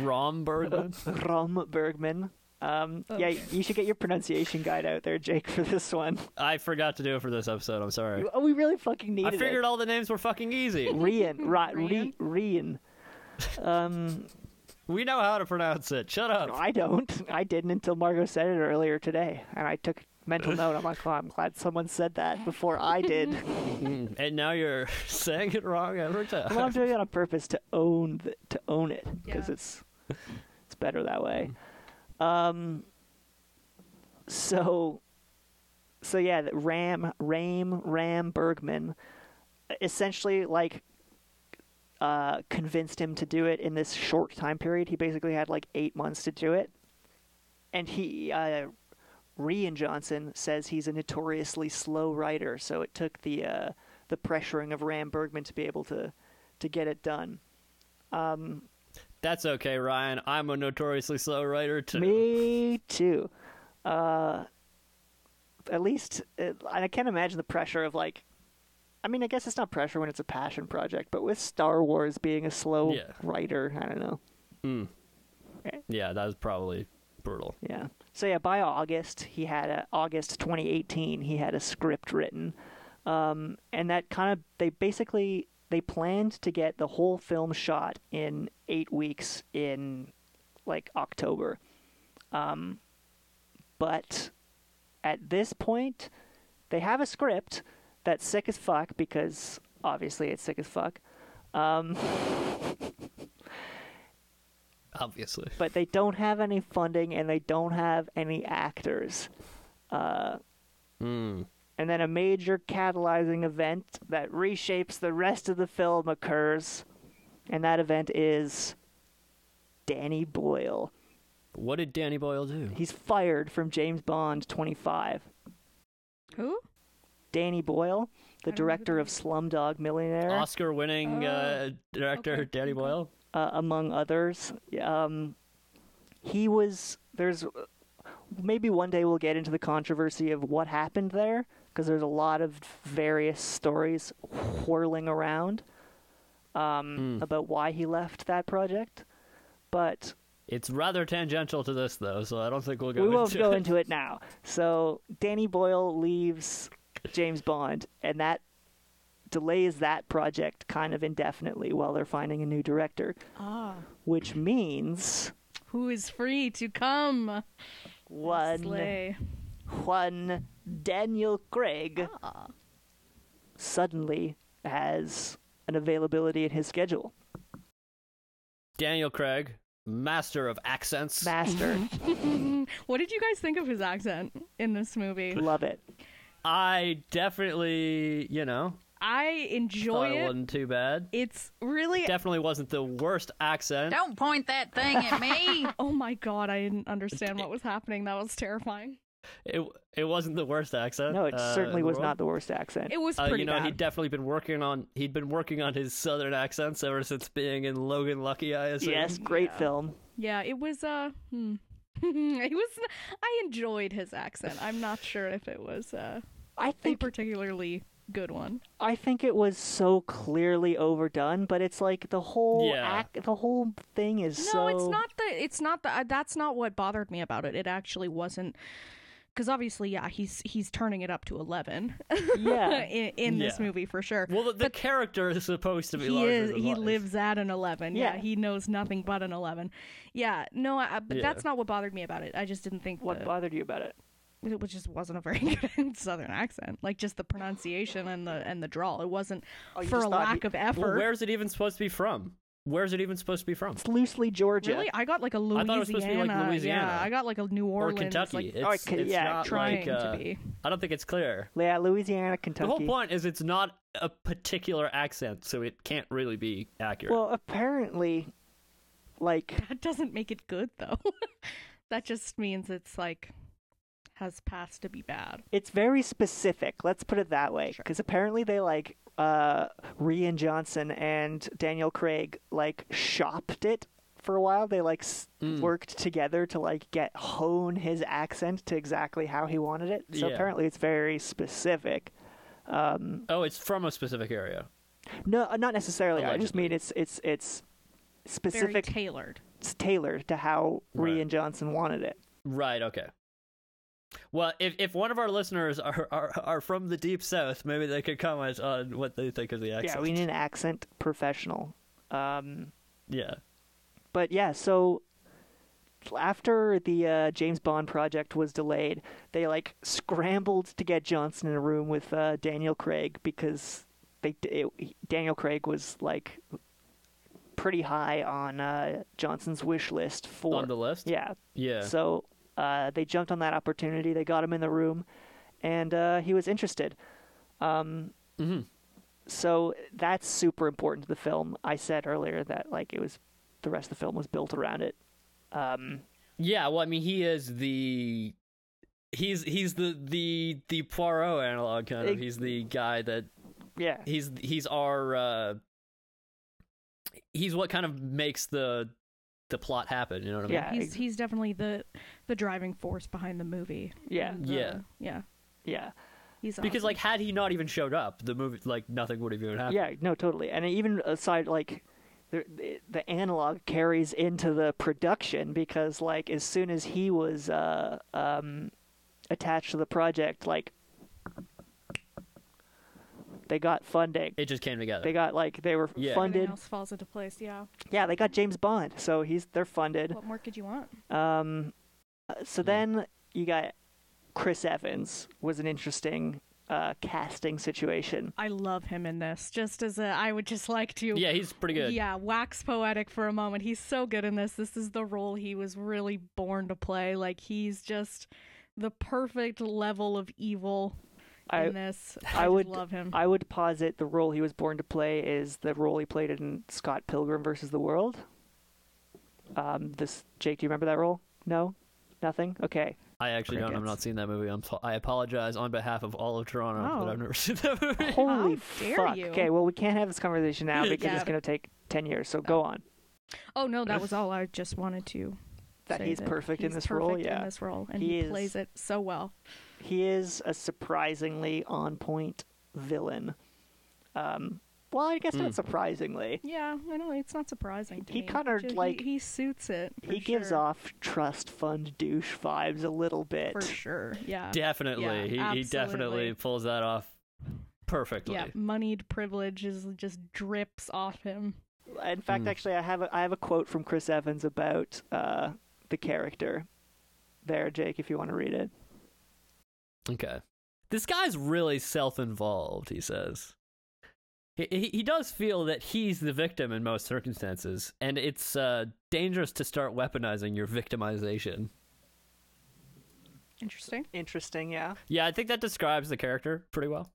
S1: Rom Bergman.
S2: Ram Bergman. Um, Yeah, you should get your pronunciation guide out there, Jake, for this one.
S1: I forgot to do it for this episode. I'm sorry.
S2: Oh, we really fucking
S1: I
S2: needed
S1: figured
S2: it.
S1: all the names were fucking easy.
S2: Rian, right? Re- Rian. Um,
S1: we know how to pronounce it. Shut up.
S2: I don't. I didn't until Margot said it earlier today, and I took mental note. I'm like, oh, I'm glad someone said that before I did.
S1: And now you're saying it wrong every time.
S2: well, I'm doing it on purpose to own th- to own it because
S3: Yeah.
S2: it's it's better that way. Um, so so yeah, that Ram Ram Ram Bergman essentially like uh, convinced him to do it in this short time period. He basically had like eight months to do it, and he uh, Rian Johnson says he's a notoriously slow writer, so it took the uh, the pressuring of Ram Bergman to be able to to get it done.
S1: That's okay, Ryan. I'm a notoriously slow writer too.
S2: Me too. Uh, at least it, I can't imagine the pressure of like. I mean, I guess it's not pressure when it's a passion project, but with Star Wars being a slow
S1: Yeah.
S2: writer, I don't know.
S1: Yeah, that was probably brutal.
S2: Yeah. So yeah, by August he had a August 2018 he had a script written, um, and that kind of they basically they planned to get the whole film shot in eight weeks in like October, um, but at this point they have a script that's sick as fuck because obviously it's sick as fuck,
S1: Obviously.
S2: but they don't have any funding and they don't have any actors. Uh,
S1: Mm.
S2: and then a major catalyzing event that reshapes the rest of the film occurs, and that event is Danny Boyle.
S1: What did Danny Boyle do?
S2: He's fired from James Bond 25.
S3: Who?
S2: Danny Boyle, the
S3: I don't know who
S2: director
S3: that
S2: of Slumdog Millionaire,
S1: Oscar-winning uh, director
S3: okay,
S1: Danny
S3: okay.
S1: Boyle.
S2: uh, among others. Um, he was there's maybe one day we'll get into the controversy of what happened there because there's a lot of various stories whirling around
S1: Hmm.
S2: um, about why he left that project. But
S1: It's rather tangential to this though, so I don't think we'll go.
S2: we
S1: into
S2: won't go
S1: it.
S2: into it now. So Danny Boyle leaves James Bond, and that delays that project kind of indefinitely while they're finding a new director,
S3: Ah.
S2: which means
S3: Who is free to come?
S2: one.
S3: Slay.
S2: one Daniel Craig
S3: Ah.
S2: suddenly has an availability in his schedule.
S1: Daniel Craig, master of accents.
S2: Master,
S3: What did you guys think of his accent in this movie?
S2: love it.
S1: I definitely, you know,
S3: I enjoy
S1: thought it
S3: it.
S1: wasn't too bad.
S3: It's really.
S1: Definitely wasn't the worst accent.
S4: Don't point that thing at me.
S3: Oh my god, I didn't understand what was happening. That was terrifying.
S1: It it wasn't the worst accent.
S2: No, it
S1: uh,
S2: certainly
S1: in the
S2: was
S1: world.
S2: not the worst accent.
S3: It was
S1: Uh,
S3: pretty
S1: you know,
S3: bad.
S1: he'd definitely been working on he'd been working on his southern accents ever since being in Logan Lucky. I assume.
S2: yes, great film.
S3: Yeah, it was uh hmm. it was I enjoyed his accent. I'm not sure if it was uh
S2: I
S3: a
S2: think
S3: particularly good one.
S2: I think it was so clearly overdone, but it's like the whole
S1: Yeah.
S2: ac- the whole thing is
S3: No,
S2: so
S3: it's not the it's not the uh, that's not what bothered me about it. It actually wasn't because obviously, yeah, he's he's turning it up to eleven
S2: Yeah.
S3: in, in this
S1: Yeah.
S3: movie for sure.
S1: Well, the, the character is supposed to be
S3: he
S1: larger
S3: is
S1: than
S3: he
S1: life.
S3: lives at an 11 yeah.
S2: Yeah.
S3: he knows nothing but an 11 yeah no I, I- but
S1: Yeah.
S3: that's not what bothered me about it i just didn't think
S2: What
S3: the,
S2: bothered you about it?
S3: it was- just wasn't a very good southern accent like just the pronunciation and the and the drawl it wasn't
S2: Oh, you
S3: for
S2: just
S3: a
S2: thought
S3: lack
S2: he-
S3: of effort
S1: Well, where's it even supposed to be from? Where's it even supposed to be from?
S2: It's loosely Georgia.
S3: really i got like a
S1: I
S3: louisiana,
S1: thought it was supposed to be, like, Louisiana.
S3: yeah i got like a new
S1: Or
S3: orleans
S1: Kentucky?
S3: like, oh,
S2: or
S1: it's
S2: K-
S1: it's
S2: yeah,
S1: not
S3: trying
S1: like, uh,
S3: to be
S1: I don't think it's clear.
S2: Yeah, Louisiana,
S1: The
S2: Kentucky.
S1: whole point is it's not a particular accent, so it can't really be accurate.
S2: Well, apparently, like
S3: that doesn't make it good though that just means it's like has passed to be bad
S2: it's very specific. Let's put it that way, because apparently they like uh, Rian Johnson and Daniel Craig like shopped it for a while. They like s-
S1: Mm.
S2: worked together to like get hone his accent to exactly how he wanted it. So
S1: Yeah.
S2: apparently, it's very specific. Um,
S1: oh, it's from a specific area.
S2: No, uh, not necessarily. I just
S1: Allegedly.
S2: mean it's it's it's
S3: very
S2: specific.
S3: tailored
S2: it's tailored to how
S1: Right.
S2: Rian Johnson wanted it.
S1: Right. Okay. Well, if if one of our listeners are are, are from the deep south, maybe they could comment on what they think of the accent.
S2: Yeah, we need an accent professional. Um,
S1: Yeah.
S2: but yeah, so after the uh, James Bond project was delayed, they like scrambled to get Johnson in a room with uh, Daniel Craig because they it, Daniel Craig was like pretty high on uh, Johnson's wish list for
S1: On the list.
S2: yeah.
S1: Yeah.
S2: So uh, they jumped on that opportunity. They got him in the room, and uh, he was interested. Um,
S1: hmm
S2: so that's super important to the film. I said earlier that like it was the rest of the film was built around it. Um,
S1: Yeah, well, I mean, he is the he's he's the the the Poirot analog kind of.
S2: Ex-
S1: He's the guy that
S2: yeah,
S1: he's he's our uh he's what kind of makes the the plot happen. You know what I mean?
S2: Yeah,
S3: he's
S2: ex-
S3: he's definitely the the driving force behind the movie.
S2: yeah,
S3: The-
S1: Yeah.
S3: yeah.
S2: yeah,
S3: He's
S1: Because
S3: awesome.
S1: like, had he not even showed up, the movie like nothing would have even happened.
S2: yeah. No, totally. And even aside like the the analog carries into the production because like as soon as he was uh, um, attached to the project, like they got funding.
S1: It just came together.
S2: They got like they were
S1: Yeah.
S3: Everything
S2: funded.
S3: else falls into place. Yeah.
S2: Yeah, they got James Bond, so he's they're funded.
S3: What more could you want?
S2: Um, uh, so
S1: Mm.
S2: then you got Chris Evans was an interesting uh, casting situation.
S3: I love him in this. Just as a, I would just like to.
S1: yeah, he's pretty good.
S3: Yeah, wax poetic for a moment. He's so good in this. This is the role he was really born to play. Like he's just the perfect level of evil
S2: I-
S3: in this.
S2: I
S3: just
S2: would-
S3: love him.
S2: I would posit the role he was born to play is the role he played in Scott Pilgrim versus the World. Um, this Jake, do you remember that role? No, nothing. Okay,
S1: I actually don't. I've
S2: Crickets.
S1: not seen that movie. I'm so- I apologize on behalf of all of Toronto
S3: Oh.
S1: that I've never seen that movie.
S2: holy
S3: dare
S2: fuck.
S3: you.
S2: Okay, well we can't have this conversation now because
S3: Yeah.
S2: it's gonna take ten years. So go on.
S3: oh no, that was all. I just wanted to.
S2: That
S3: say
S2: he's perfect in
S3: he's
S2: this role,
S3: perfect in
S2: yeah.
S3: this role, and
S2: He
S3: he
S2: is-
S3: plays it so well.
S2: He is a surprisingly on point villain. Um, well, I guess not surprisingly.
S3: Yeah, I know it's not surprising. To
S2: He
S3: me.
S2: kinda,
S3: Ju-
S2: like-
S3: he, he suits it. for
S2: he gives
S3: sure.
S2: off trust fund douche vibes a little bit.
S3: for sure. Yeah, Oh, Yeah,
S1: Definitely, he, he
S3: absolutely.
S1: definitely pulls that off perfectly.
S3: yeah. Moneyed privilege is just drips off him.
S2: In fact, actually, I have a, I have a quote from Chris Evans about uh, the character. There, Jake, if you want to read it.
S1: Okay. This guy's really self involved, he says. He, he, he does feel that he's the victim in most circumstances, and it's uh, dangerous to start weaponizing your victimization.
S3: Interesting.
S2: Interesting, yeah.
S1: Yeah, I think that describes the character pretty well.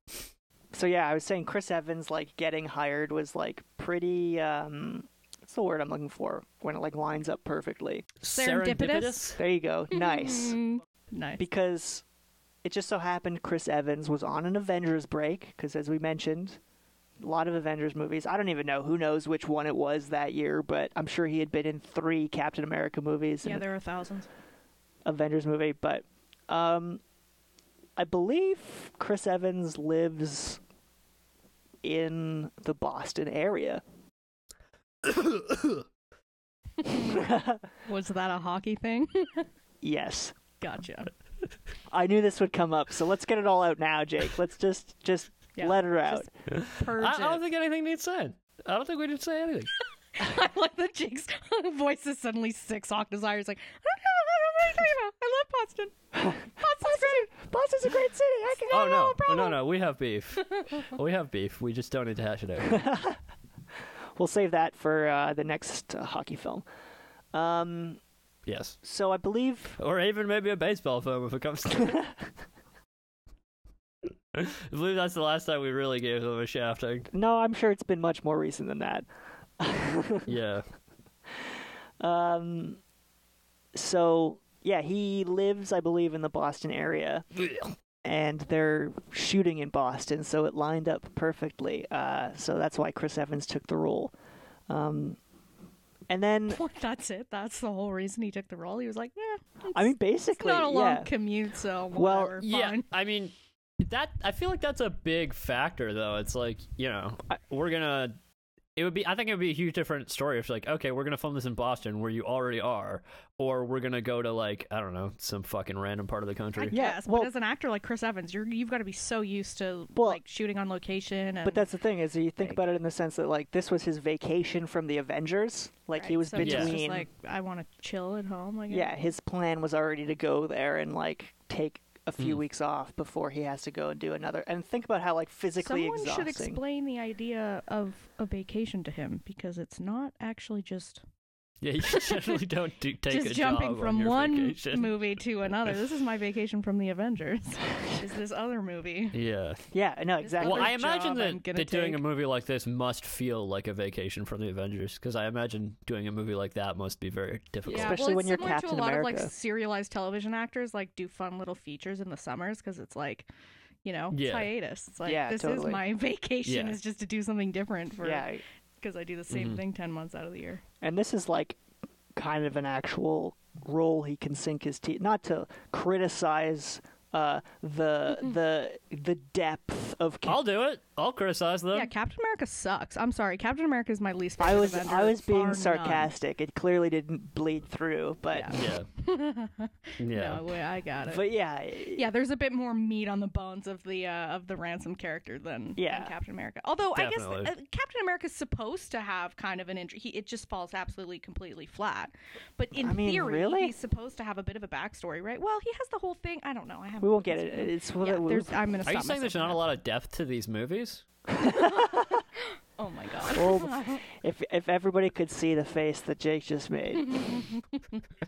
S2: So yeah, I was saying Chris Evans like getting hired was like pretty. Um, what's the word I'm looking for when it like lines up perfectly?
S3: Serendipitous?
S2: There you go. Nice.
S3: Mm, nice.
S2: because it just so happened Chris Evans was on an Avengers break because, as we mentioned, a lot of Avengers movies. I don't even know who knows which one it was that year, but I'm sure he had been in three Captain America movies
S3: yeah,
S2: and
S3: there are thousands.
S2: Avengers movie. But um, I believe Chris Evans lives in the Boston area.
S3: Was that a hockey thing?
S2: Yes.
S3: gotcha.
S2: I knew this would come up, so let's get it all out now, Jake. Let's just just
S3: Yeah,
S2: let her out.
S3: Purge
S1: I, I don't
S3: it.
S1: think anything needs said. I don't think we need to say anything.
S3: I like that Jake's voice is suddenly six octaves higher. It's like, I don't know, I don't know what you're talking about. I love Boston. Boston's great. Boston's a great city. I can
S1: Oh
S3: handle
S1: no,
S3: a problem.
S1: no, no! We have beef. we have beef. We just don't need to hash it out.
S2: We'll save that for uh, the next uh, hockey film. Um,
S1: Yes,
S2: so I believe
S1: or even maybe a baseball film if it comes to. I believe that's the last time we really gave them a shafting.
S2: no, I'm sure it's been much more recent than that.
S1: Yeah.
S2: Um, so yeah, he lives, I believe, in the Boston area, and they're shooting in Boston, so it lined up perfectly. Uh, so that's why Chris Evans took the role. Um, and then
S3: That's it. That's the whole reason he took the role. He was like, yeah,
S2: I mean,
S3: it's
S2: basically,
S3: not a long
S2: yeah.
S3: commute, so
S2: Well,
S3: whatever.
S1: Yeah,
S3: fine.
S1: I mean that I feel like that's a big factor though. It's like, you know, we're going to it would be I think it would be a huge different story if like, okay, we're going to film this in Boston where you already are or we're going to go to like, I don't know, some fucking random part of the
S3: I
S1: country.
S2: Yeah,
S3: guess,
S2: well-
S3: but as an actor like Chris Evans, you're, you've got to be so used to
S2: Well-
S3: like shooting on location. And,
S2: But that's the thing is you think
S3: Like-
S2: about it in the sense that like this was his vacation from the Avengers. Like he
S3: right,
S2: was
S3: so he's
S2: between.
S3: just
S1: Yeah.
S3: like, I want to chill at home. I guess.
S2: yeah, his plan was already to go there and like take a
S3: Mm.
S2: few weeks off before he has to go and do another. And think about how like physically
S3: Someone
S2: exhausting.
S3: should explain the idea of a vacation to him because it's not actually just
S1: Yeah, you generally don't do, take a
S3: just
S1: job
S3: jumping
S1: on
S3: from
S1: your
S3: one
S1: vacation.
S3: movie to another. This is my vacation from the Avengers. is this other movie?
S1: Yeah.
S2: Yeah, no,
S3: Just
S2: exactly.
S1: Well,
S3: Every
S1: I imagine
S3: job I'm
S1: that,
S3: gonna
S1: that doing a
S3: take.
S1: movie like this must feel like a vacation from the Avengers because I imagine doing a movie like that must be very difficult.
S2: Yeah. Especially when
S3: well, it's
S2: you're
S3: similar to
S2: Captain
S3: a lot of
S2: America.
S3: like serialized television actors like do fun little features in the summers because it's like, you know, it's
S1: Yeah.
S3: hiatus. It's like
S2: Yeah,
S3: this
S2: totally.
S3: is my vacation
S1: Yeah. Mm-hmm.
S3: is just to do something different for
S2: yeah,
S3: because I do the same thing ten months out of the year.
S2: and this is like kind of an actual role he can sink his teeth. Not to criticize uh, the the the depth of. Cap-
S1: I'll do it. I'll criticize them.
S3: Yeah, Captain America sucks. I'm sorry, Captain America is my least favorite.
S2: I was
S3: Avenger,
S2: I was
S3: bar
S2: being
S3: none.
S2: sarcastic. It clearly didn't bleed through, but
S1: Yeah. yeah.
S3: No, wait, I got it.
S2: but yeah,
S3: yeah, there's a bit more meat on the bones of the uh, of the ransom character than,
S2: Yeah.
S3: than Captain America. Although I
S1: Definitely.
S3: guess uh, Captain America's supposed to have kind of an injury. He, it just falls absolutely completely flat. But in
S2: I mean,
S3: theory,
S2: really?
S3: he's supposed to have a bit of a backstory, right? Well, he has the whole thing. I don't know. I haven't.
S2: we won't get it.
S3: considered
S2: It's
S3: Yeah, there's, I'm gonna.
S1: Are you
S3: stop
S1: saying there's
S3: myself
S1: not a
S3: now.
S1: lot of depth to these movies?
S3: Oh my god.
S2: Well, if if everybody could see the face that Jake just made,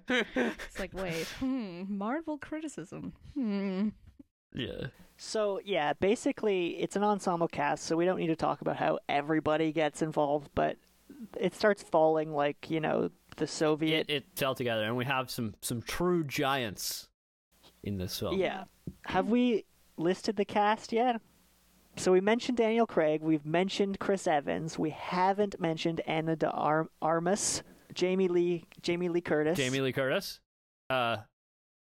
S3: It's like wait, hmm, Marvel criticism. Hmm.
S1: Yeah.
S2: so yeah, basically it's an ensemble cast, so we don't need to talk about how everybody gets involved, but it starts falling like you know the Soviet.
S1: It it fell together, and we have some some true giants in this film.
S2: yeah, have we listed the cast yet? So we mentioned Daniel Craig, we've mentioned Chris Evans, we haven't mentioned Anna de Ar- Armas, Jamie Lee, Jamie Lee Curtis.
S1: Jamie Lee Curtis. Uh,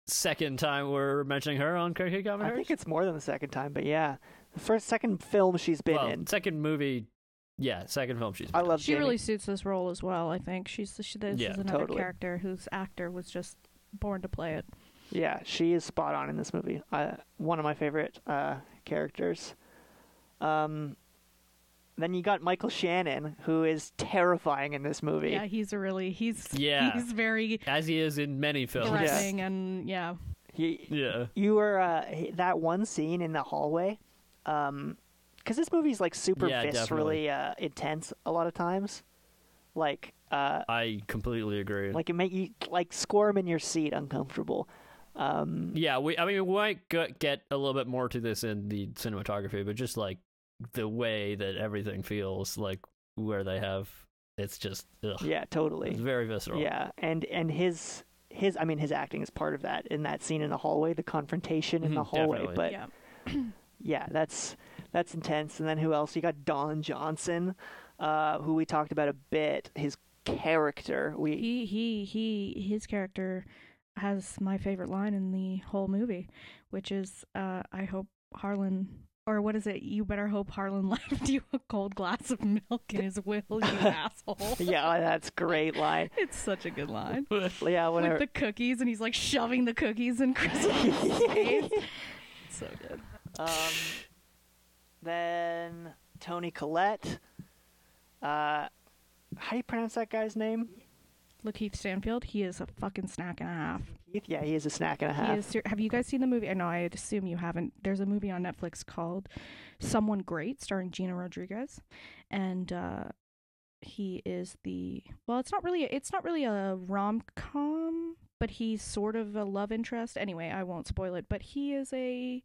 S1: second time we're mentioning her on Kirky
S2: I
S1: Commentary.
S2: think it's more than the second time, but yeah, the first second film she's been
S1: Well,
S2: in.
S1: second movie. Yeah, second film she's.
S2: I love
S3: She
S2: Jamie.
S3: really suits this role as well. I think she's she, this
S1: Yeah,
S3: is another
S2: totally.
S3: character whose actor was just born to play it.
S2: Yeah, she is spot on in this movie. Uh, one of my favorite uh, characters. Um, then you got Michael Shannon, who is terrifying in this movie.
S3: Yeah, he's a really he's
S1: Yeah.
S3: he's very
S1: As he is in many films.
S2: Yes.
S3: threatening and yeah.
S2: He,
S1: Yeah.
S2: you were uh, h- that one scene in the hallway, because this movie's like super
S1: Yeah,
S2: viscerally uh, intense a lot of times. Like, uh,
S1: I completely agree.
S2: like it make you like squirm in your seat, uncomfortable. Um,
S1: yeah, we. I mean, we might go- get a little bit more to this in the cinematography, but just like the way that everything feels, like where they have, it's just ugh.
S2: yeah, totally.
S1: It's very visceral.
S2: Yeah, and and his his I mean his acting is part of that in that scene in the hallway, the confrontation in the
S1: Mhm,
S2: hallway.
S1: definitely.
S2: But yeah.
S3: yeah.
S2: that's that's intense. And then who else? You got Don Johnson, uh, who we talked about a bit. His character, we
S3: He he he his character has my favorite line in the whole movie, which is uh I hope Harlan or what is it? You better hope Harlan left you a cold glass of milk in his will, you asshole.
S2: yeah, that's great line.
S3: It's such a good line.
S2: Yeah, whenever.
S3: With the cookies, and he's like shoving the cookies in Chris's face. It's so good.
S2: Um, then Tony Collette. Uh, how do you pronounce that guy's name?
S3: Lakeith Stanfield, he is a fucking snack and a half.
S2: Keith? Yeah, he is a snack and a half.
S3: He is ser- have you guys seen the movie? I know I assume you haven't. There's a movie on Netflix called Someone Great, starring Gina Rodriguez, and uh, he is the well. It's not really. It's not really a rom com, but he's sort of a love interest. Anyway, I won't spoil it. But he is a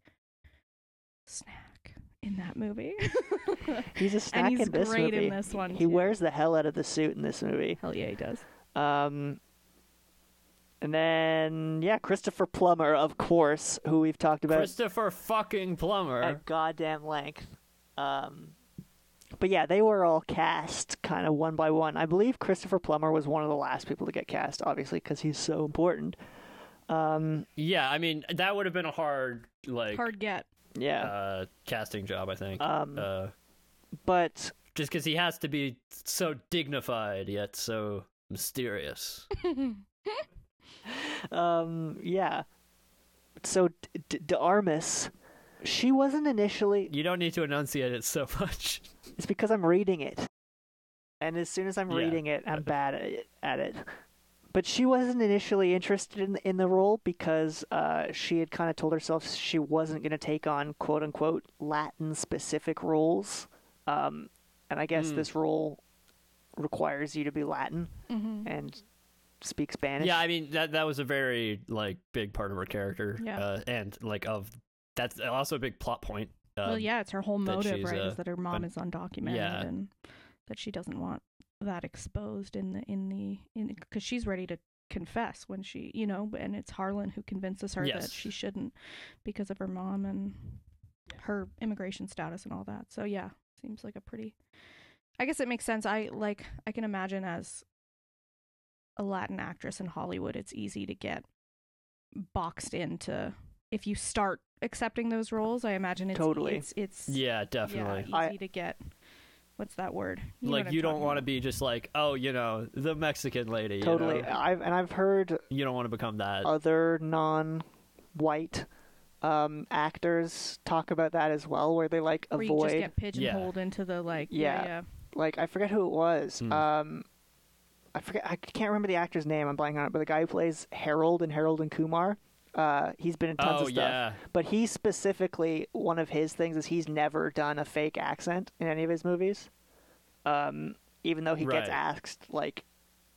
S3: snack in that movie,
S2: He's a snack
S3: and he's
S2: in this
S3: great
S2: movie.
S3: in this one.
S2: he
S3: too.
S2: wears the hell out of the suit in this movie.
S3: Hell yeah, he does.
S2: Um, and then yeah, Christopher Plummer, of course, who we've talked about
S1: Christopher fucking Plummer.
S2: at goddamn length. Um, but yeah, they were all cast kind of one by one. I believe Christopher Plummer was one of the last people to get cast, obviously, because he's so important. Um,
S1: Yeah, I mean that would have been a hard like
S3: Hard get.
S2: yeah,
S1: uh, casting job, I think.
S2: Um,
S1: uh,
S2: but
S1: just because he has to be so dignified yet so mysterious.
S3: Mm-hmm.
S2: um, yeah. So D- D- Darmus, she wasn't initially.
S1: you don't need to enunciate it so much.
S2: It's because I'm reading it. And as soon as I'm
S1: Yeah. Uh,
S2: reading it, I'm bad at it, at it. But she wasn't initially interested in in the role because uh, she had kind of told herself she wasn't going to take on quote unquote Latin specific roles. Um, and I guess
S1: Mm.
S2: this role requires you to be Latin
S3: hmm
S1: um,
S2: and speak Spanish.
S1: yeah, I mean that that was a very like big part of her character.
S3: Yeah.
S1: Uh, and like of that's also a big plot point. Um,
S3: well, yeah, it's her whole
S1: that
S3: motive,
S1: she's,
S3: right,
S1: uh,
S3: is that her mom
S1: un-
S3: is undocumented
S1: Yeah.
S3: and that she doesn't want that exposed in the in the in because she's ready to confess when she, you know, and it's Harlan who convinces her
S1: Yes.
S3: that she shouldn't because of her mom and her immigration status and all that. So yeah, seems like a pretty. I guess it makes sense. I like I can imagine as a Latin actress in Hollywood, it's easy to get boxed into if you start accepting those roles. I imagine it's
S2: Totally.
S3: it's, it's
S1: Yeah,
S3: yeah,
S1: definitely.
S2: I-
S3: easy to get. What's that word?
S1: like you don't want to be just like, oh, you know, the Mexican lady. you Uh, know?
S2: totally. Uh, I've and I've heard
S1: You don't want to become that.
S2: other non-white um, actors talk about that as well, where they like
S3: Where you
S2: avoid.
S3: just get pigeonholed into the like yeah.
S2: Yeah. like I forget who it was.
S1: Hmm.
S2: Um, I forget. I can't remember the actor's name. I'm blanking on it. But the guy who plays Harold and Harold and Kumar, uh, he's been in tons
S1: oh
S2: of stuff.
S1: yeah.
S2: But he specifically, one of his things is he's never done a fake accent in any of his movies. Um, even though he
S1: Right.
S2: gets asked like,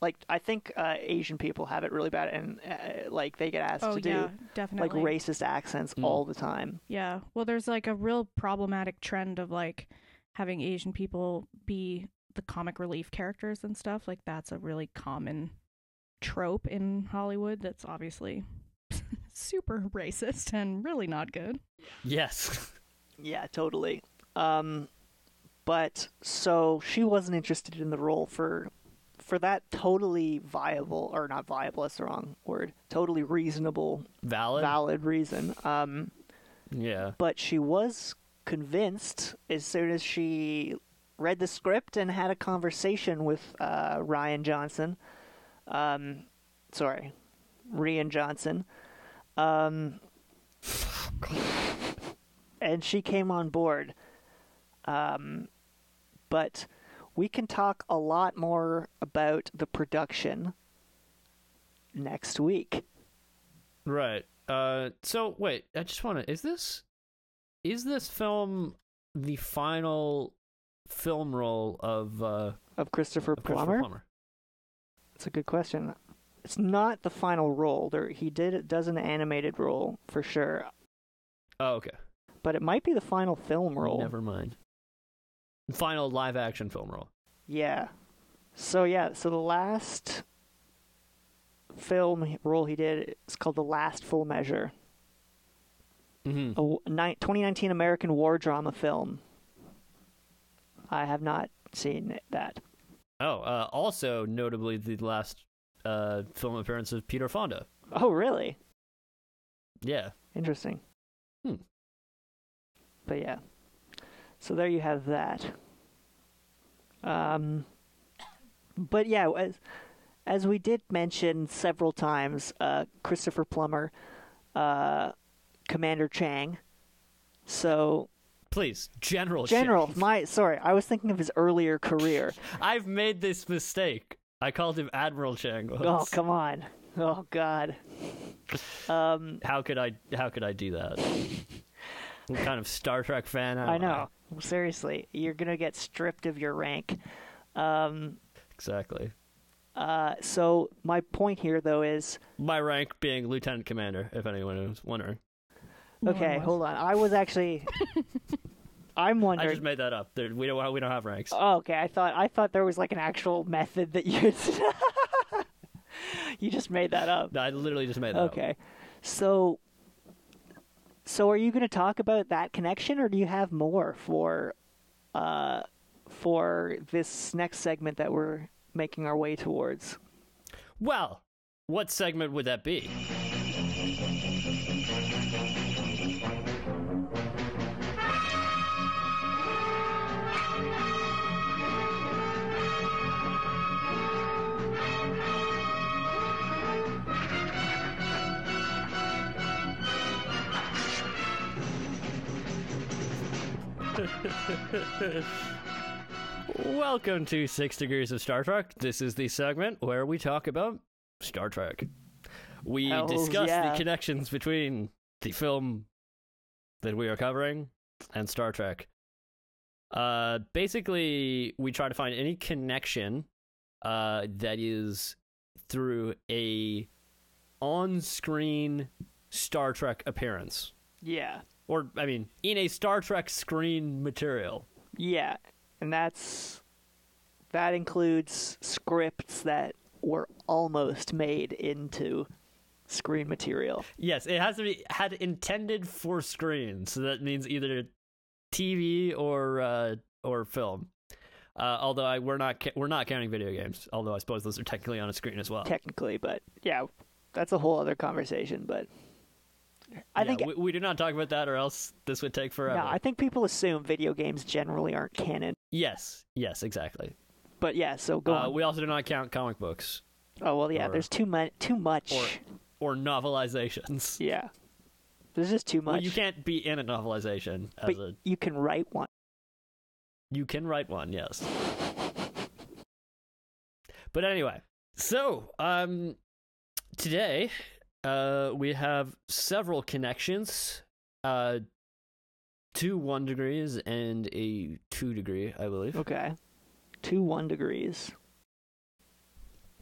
S2: like I think uh, Asian people have it really bad, and uh, like they get asked
S3: Oh
S2: to do
S3: yeah,
S2: like
S3: definitely.
S2: racist accents
S1: Hmm.
S2: all the time.
S3: Yeah. Well, there's like a real problematic trend of like having Asian people be the comic relief characters and stuff. Like that's a really common trope in Hollywood that's obviously super racist and really not good.
S1: Yes.
S2: Yeah, totally. Um, but so she wasn't interested in the role for for that totally viable or not viable. That's the wrong word. Totally reasonable,
S1: Valid.
S2: valid reason. Um,
S1: yeah.
S2: but she was convinced as soon as she read the script and had a conversation with uh, Ryan Johnson. Um, sorry, Rian Johnson. Um, and she came on board. Um, but we can talk a lot more about the production next week.
S1: Right. Uh so wait, I just want to is this is this film the final film role of uh
S2: Of Christopher
S1: of Christopher
S2: Plummer.
S1: Plummer?
S2: It's a good question. It's not the final role. There, he did does an animated role for sure,
S1: Oh, okay.
S2: but it might be the final film role.
S1: Never mind. Final live action film role.
S2: Yeah. So yeah, so the last film he- role he did is called The Last Full Measure,
S1: Mhm.
S2: a w- ni- 2019 American war drama film. I have not seen it- that.
S1: Oh, uh, also notably the last uh, film appearance of Peter Fonda.
S2: Oh, really?
S1: Yeah.
S2: Interesting.
S1: Hmm.
S2: But yeah. So there you have that. Um, but yeah, as, as we did mention several times, uh, Christopher Plummer, uh, Commander Chang. So
S1: Please, General. Shea.
S2: General, my sorry, I was thinking of his earlier career.
S1: I've made this mistake. I called him Admiral Chang.
S2: oh
S1: once.
S2: come on, oh god. Um,
S1: How could I? How could I do that? What kind of Star Trek fan am
S2: I know. Seriously, you're gonna get stripped of your rank. Um,
S1: Exactly.
S2: uh, so my point here though is,
S1: My rank being lieutenant commander, if anyone was wondering.
S2: okay, hold on. I was actually, I'm
S1: I
S2: wondering.
S1: just made that up. There, we don't. We don't have ranks.
S2: Oh, okay, I thought I thought there was like an actual method that you you just made that up.
S1: I literally just made that up.
S2: Okay, so so are you going to talk about that connection, or do you have more for uh for this next segment that we're making our way towards?
S1: Well, what segment would that be? Welcome to Six Degrees of Star Trek. This is the segment where we talk about Star Trek. We
S2: Hell
S1: discuss
S2: yeah.
S1: the connections between the film that we are covering and Star Trek. Uh, basically, we try to find any connection uh, that is through a on-screen Star Trek appearance,
S2: Yeah,
S1: or I mean, in a Star Trek screen material.
S2: yeah, and that's that includes scripts that were almost made into screen material.
S1: Yes, it has to be had intended for screen, so that means either TV or uh, or film. Uh, although I, we're not ca- we're not counting video games, although I suppose those are technically on a screen as well.
S2: technically, but yeah, that's a whole other conversation. But I
S1: Yeah,
S2: think
S1: we, we do not talk about that, or else this would take forever.
S2: no, I think people assume video games generally aren't canon.
S1: Yes, yes, exactly.
S2: But yeah, so go
S1: Uh,
S2: on.
S1: we also do not count comic books
S2: oh well, yeah,
S1: or-
S2: there's too much. Too much.
S1: or or novelizations.
S2: yeah, there's just too much.
S1: Well, you can't be in a novelization as
S2: but
S1: a
S2: you can write one.
S1: You can write one, yes. But anyway, so um, today uh, we have several connections, uh, two one degrees and a two degree, I believe.
S2: Okay, two one degrees.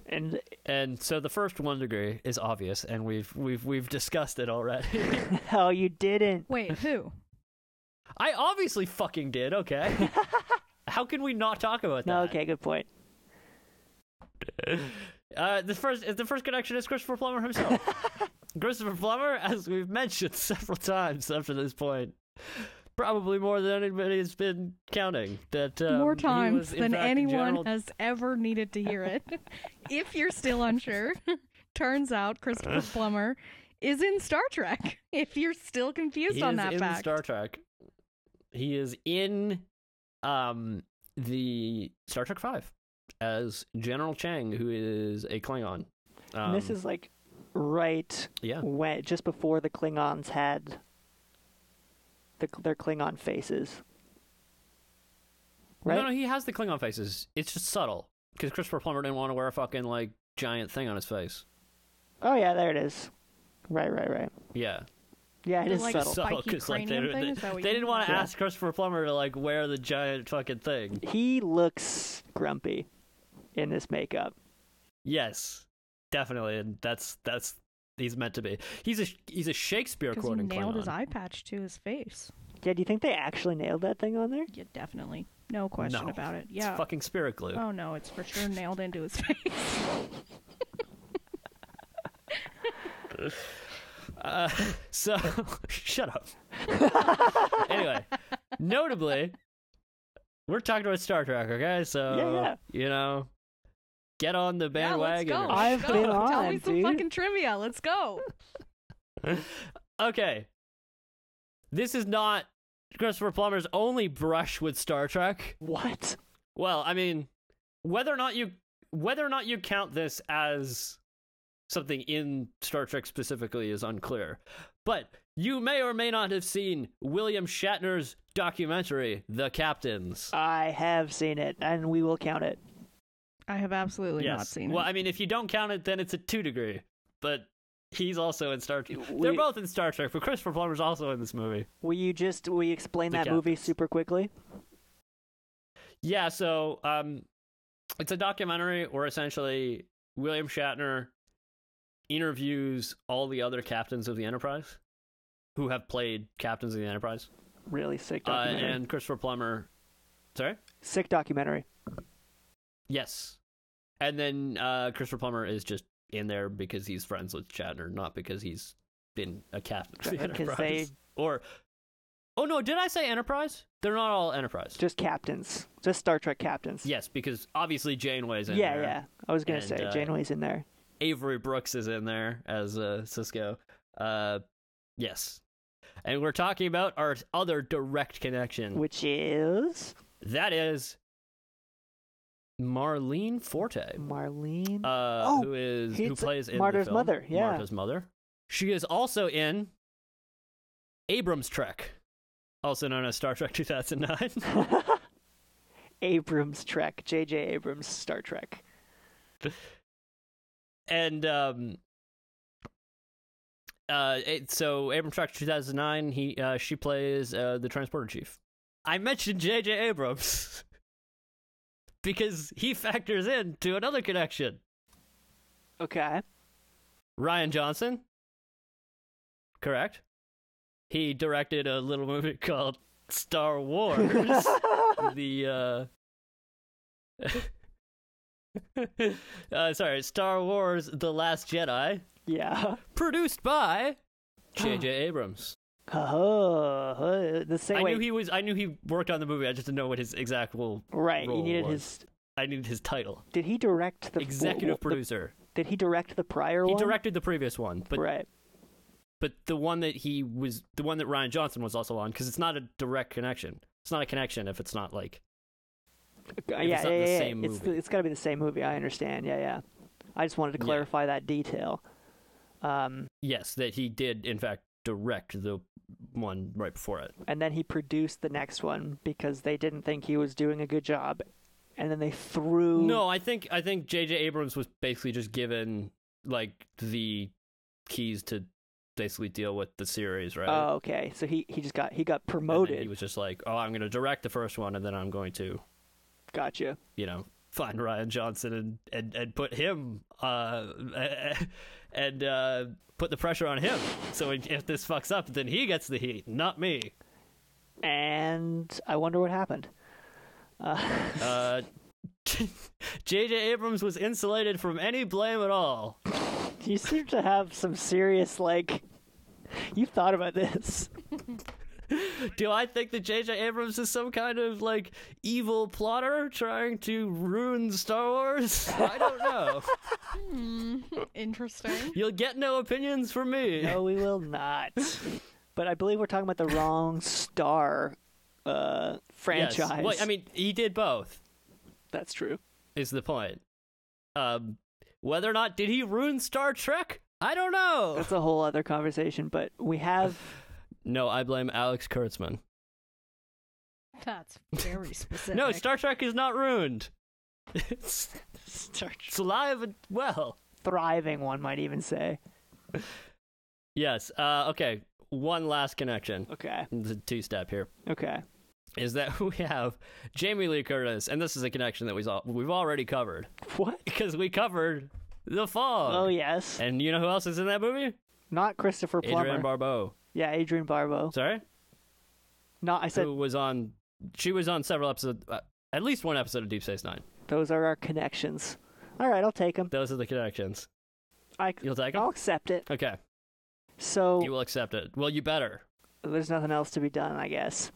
S2: And
S1: And so the first one degree is obvious, and we've we've we've discussed it already.
S2: oh, you didn't.
S3: Wait, who?
S1: I obviously fucking did. Okay, how can we not talk about that?
S2: No, okay, good point.
S1: Uh, the first the first connection is Christopher Plummer himself. Christopher Plummer, as we've mentioned several times up to this point, probably more than anybody has been counting. That um,
S3: More
S1: he
S3: times
S1: was, in
S3: than
S1: fact,
S3: anyone
S1: General-
S3: has ever needed to hear it. if you're still unsure, turns out Christopher Plummer is in Star Trek. If you're still confused
S1: he
S3: on
S1: is
S3: that
S1: in
S3: fact.
S1: Star Trek. He is in um the Star Trek Five as General Chang, who is a Klingon. Um,
S2: And this is like right
S1: yeah.
S2: when just before the Klingons had the, their Klingon faces. Right?
S1: No, no, he has the Klingon faces. It's just subtle because Christopher Plummer didn't want to wear a fucking like giant thing on his face.
S2: Oh yeah, there it is. Right, right, right.
S1: Yeah.
S2: Yeah, it
S3: The,
S2: is
S3: like,
S2: subtle.
S3: sub-
S1: subtle
S3: spiky
S1: 'cause, like, they,
S3: cranium thing?
S1: they,
S3: Is that what
S1: they
S3: you
S1: didn't
S3: mean?
S1: want to
S2: Yeah.
S1: ask Christopher Plummer to like wear the giant fucking thing.
S2: he looks grumpy in this makeup.
S1: Yes, definitely, and that's that's he's meant to be. He's a he's a Shakespeare
S3: Because he
S1: quoting
S3: nailed his
S1: Klingon.
S3: eye patch to his face.
S2: Yeah, do you think they actually nailed that thing on there?
S3: Yeah, definitely. No question
S1: No.
S3: about it.
S1: It's
S3: Yeah.
S1: fucking spirit glue.
S3: Oh no, it's for sure nailed into his face.
S1: Uh, so shut up. anyway, notably, we're talking about Star Trek, okay? So
S2: Yeah,
S1: you know, get on the
S3: Yeah, let's
S1: bandwagon.
S3: go.
S1: or
S2: I've
S3: Go.
S2: been
S3: Tell me
S2: on,
S3: some
S2: dude.
S3: fucking trivia. Let's go.
S1: okay. This is not Christopher Plummer's only brush with Star Trek.
S2: What?
S1: Well, I mean, whether or not you whether or not you count this as something in Star Trek specifically is unclear. But you may or may not have seen William Shatner's documentary The Captains.
S2: I have seen it, and we will count it.
S3: I have absolutely not seen
S1: well,
S3: it.
S1: I mean, if you don't count it, then it's a two degree. But he's also in Star Trek.
S2: We-
S1: They're both in Star Trek, but Christopher Plummer's also in this movie.
S2: Will you just will you explain
S1: The
S2: that movie
S1: Captains.
S2: super quickly?
S1: Yeah, so um, it's a documentary where essentially William Shatner interviews all the other captains of the Enterprise who have played captains of the Enterprise.
S2: Really sick
S1: Uh,
S2: documentary.
S1: and Christopher Plummer. Sorry?
S2: Sick documentary.
S1: Yes. And then uh, Christopher Plummer is just in there because he's friends with Shatner, not because he's been a captain of the
S2: Because
S1: Enterprise.
S2: they-
S1: Or, oh no, did I say Enterprise? They're not all Enterprise.
S2: Just captains. Just Star Trek captains.
S1: Yes, because obviously Janeway's in
S2: yeah,
S1: there.
S2: yeah. I was gonna
S1: And,
S2: say
S1: uh,
S2: Janeway's in there.
S1: Avery Brooks is in there as uh, Cisco. Uh, yes. And we're talking about our other direct connection.
S2: Which is
S1: That is Marlene Forte.
S2: Marlene.
S1: uh,
S2: Oh,
S1: who is who
S2: he's
S1: plays in
S2: Marta's
S1: the film,
S2: mother, yeah.
S1: Marta's mother. She is also in Abrams Trek, also known as Star Trek 2009.
S2: Abrams Trek. J.J. Abrams Star Trek.
S1: and um, uh, it, so Abrams Trek 2009. He uh, she plays uh, the transporter chief. I mentioned J.J. Abrams because he factors in to another connection.
S2: Okay.
S1: Ryan Johnson. Correct. He directed a little movie called Star Wars. the uh... uh sorry, Star Wars The Last Jedi,
S2: yeah.
S1: produced by JJ
S2: Ah.
S1: Abrams.
S2: Oh, the same
S1: I
S2: way.
S1: knew he was I knew he worked on the movie. I just didn't know what his exact role
S2: right. You
S1: role
S2: needed
S1: was.
S2: his.
S1: I needed his title.
S2: Did he direct the
S1: Executive
S2: the-
S1: producer.
S2: Did he direct the prior
S1: He
S2: one?
S1: directed the previous one, but
S2: right.
S1: but the one that he was the one that Ryan Johnson was also on because it's not a direct connection. It's not a connection if it's not like
S2: Yeah,
S1: it's
S2: yeah,
S1: not the
S2: yeah, yeah.
S1: same
S2: It's
S1: movie.
S2: it's got to be the same movie. I understand. Yeah, yeah. I just wanted to
S1: Yeah.
S2: clarify that detail. Um,
S1: yes that he did in fact direct the one right before it.
S2: and then he produced the next one because they didn't think he was doing a good job, and then they threw.
S1: No, I think I think J.J. Abrams was basically just given like the keys to basically deal with the series, right?
S2: Oh, okay. So he he just got he got
S1: And then
S2: promoted.
S1: He was just like, oh, I'm going to direct the first one, and then I'm going to
S2: Gotcha.
S1: you know find Ryan Johnson and and, and put him uh and uh put the pressure on him so if this fucks up then he gets the heat not me
S2: And I wonder what happened.
S1: uh JJ Abrams was insulated from any blame at all
S2: You seem to have some serious like. You thought about this.
S1: do I think that JJ Abrams is some kind of like evil plotter trying to ruin Star Wars I don't know
S3: Hmm. Interesting.
S1: you'll get no opinions from me
S2: No, we will not. But I believe we're talking about the wrong star uh,
S1: Yes.
S2: franchise.
S1: Well, I mean he did both
S2: that's true.
S1: is the point. Um, whether or not did he ruin Star Trek, I don't know.
S2: That's a whole other conversation. But we have
S1: No, I blame Alex Kurtzman.
S3: That's very specific.
S1: No, Star Trek is not ruined. It's,
S2: Star Trek-
S1: it's alive and well.
S2: thriving one might even say.
S1: Yes. Uh, okay. One last connection.
S2: Okay.
S1: It's a two step here.
S2: Okay.
S1: Is that we have Jamie Lee Curtis, and this is a connection that we've al- we've already covered
S2: What?
S1: because we covered the fog.
S2: Oh yes.
S1: And you know who else is in that movie?
S2: Not Christopher Plummer.
S1: Adrienne Barbeau.
S2: yeah, Adrian Barbeau.
S1: Sorry.
S2: Not. I said
S1: who was on she was on several episodes uh, at least one episode of deep space nine
S2: those are our connections. All right, I'll take them.
S1: those are the connections
S2: I,
S1: you'll take them
S2: I'll accept it.
S1: okay
S2: So
S1: you will accept it well you better
S2: there's nothing else to be done, I guess.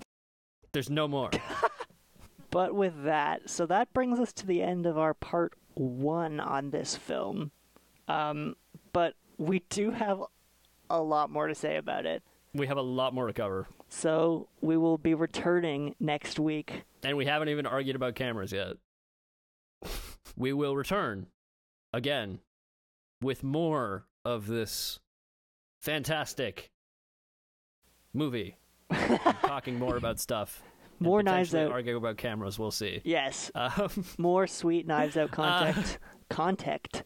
S1: there's no more
S2: But with that, so that brings us to the end of our part one on this film. Um, but we do have a lot more to say about it.
S1: we have a lot more to cover,
S2: So we will be returning next week.
S1: and we haven't even argued about cameras yet. we will return again with more of this fantastic movie. talking more about stuff. and
S2: More knives
S1: potentially
S2: out.
S1: Arguing about cameras. We'll see.
S2: Yes,
S1: Um,
S2: more sweet knives out contact. contact.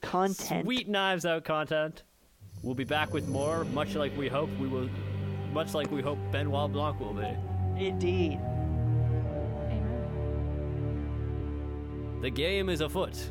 S2: Content.
S1: Sweet knives out content. We'll be back with more, much like we hope we will, much like we hope Benoit Blanc will be.
S2: Indeed.
S3: Amen.
S1: The game is afoot.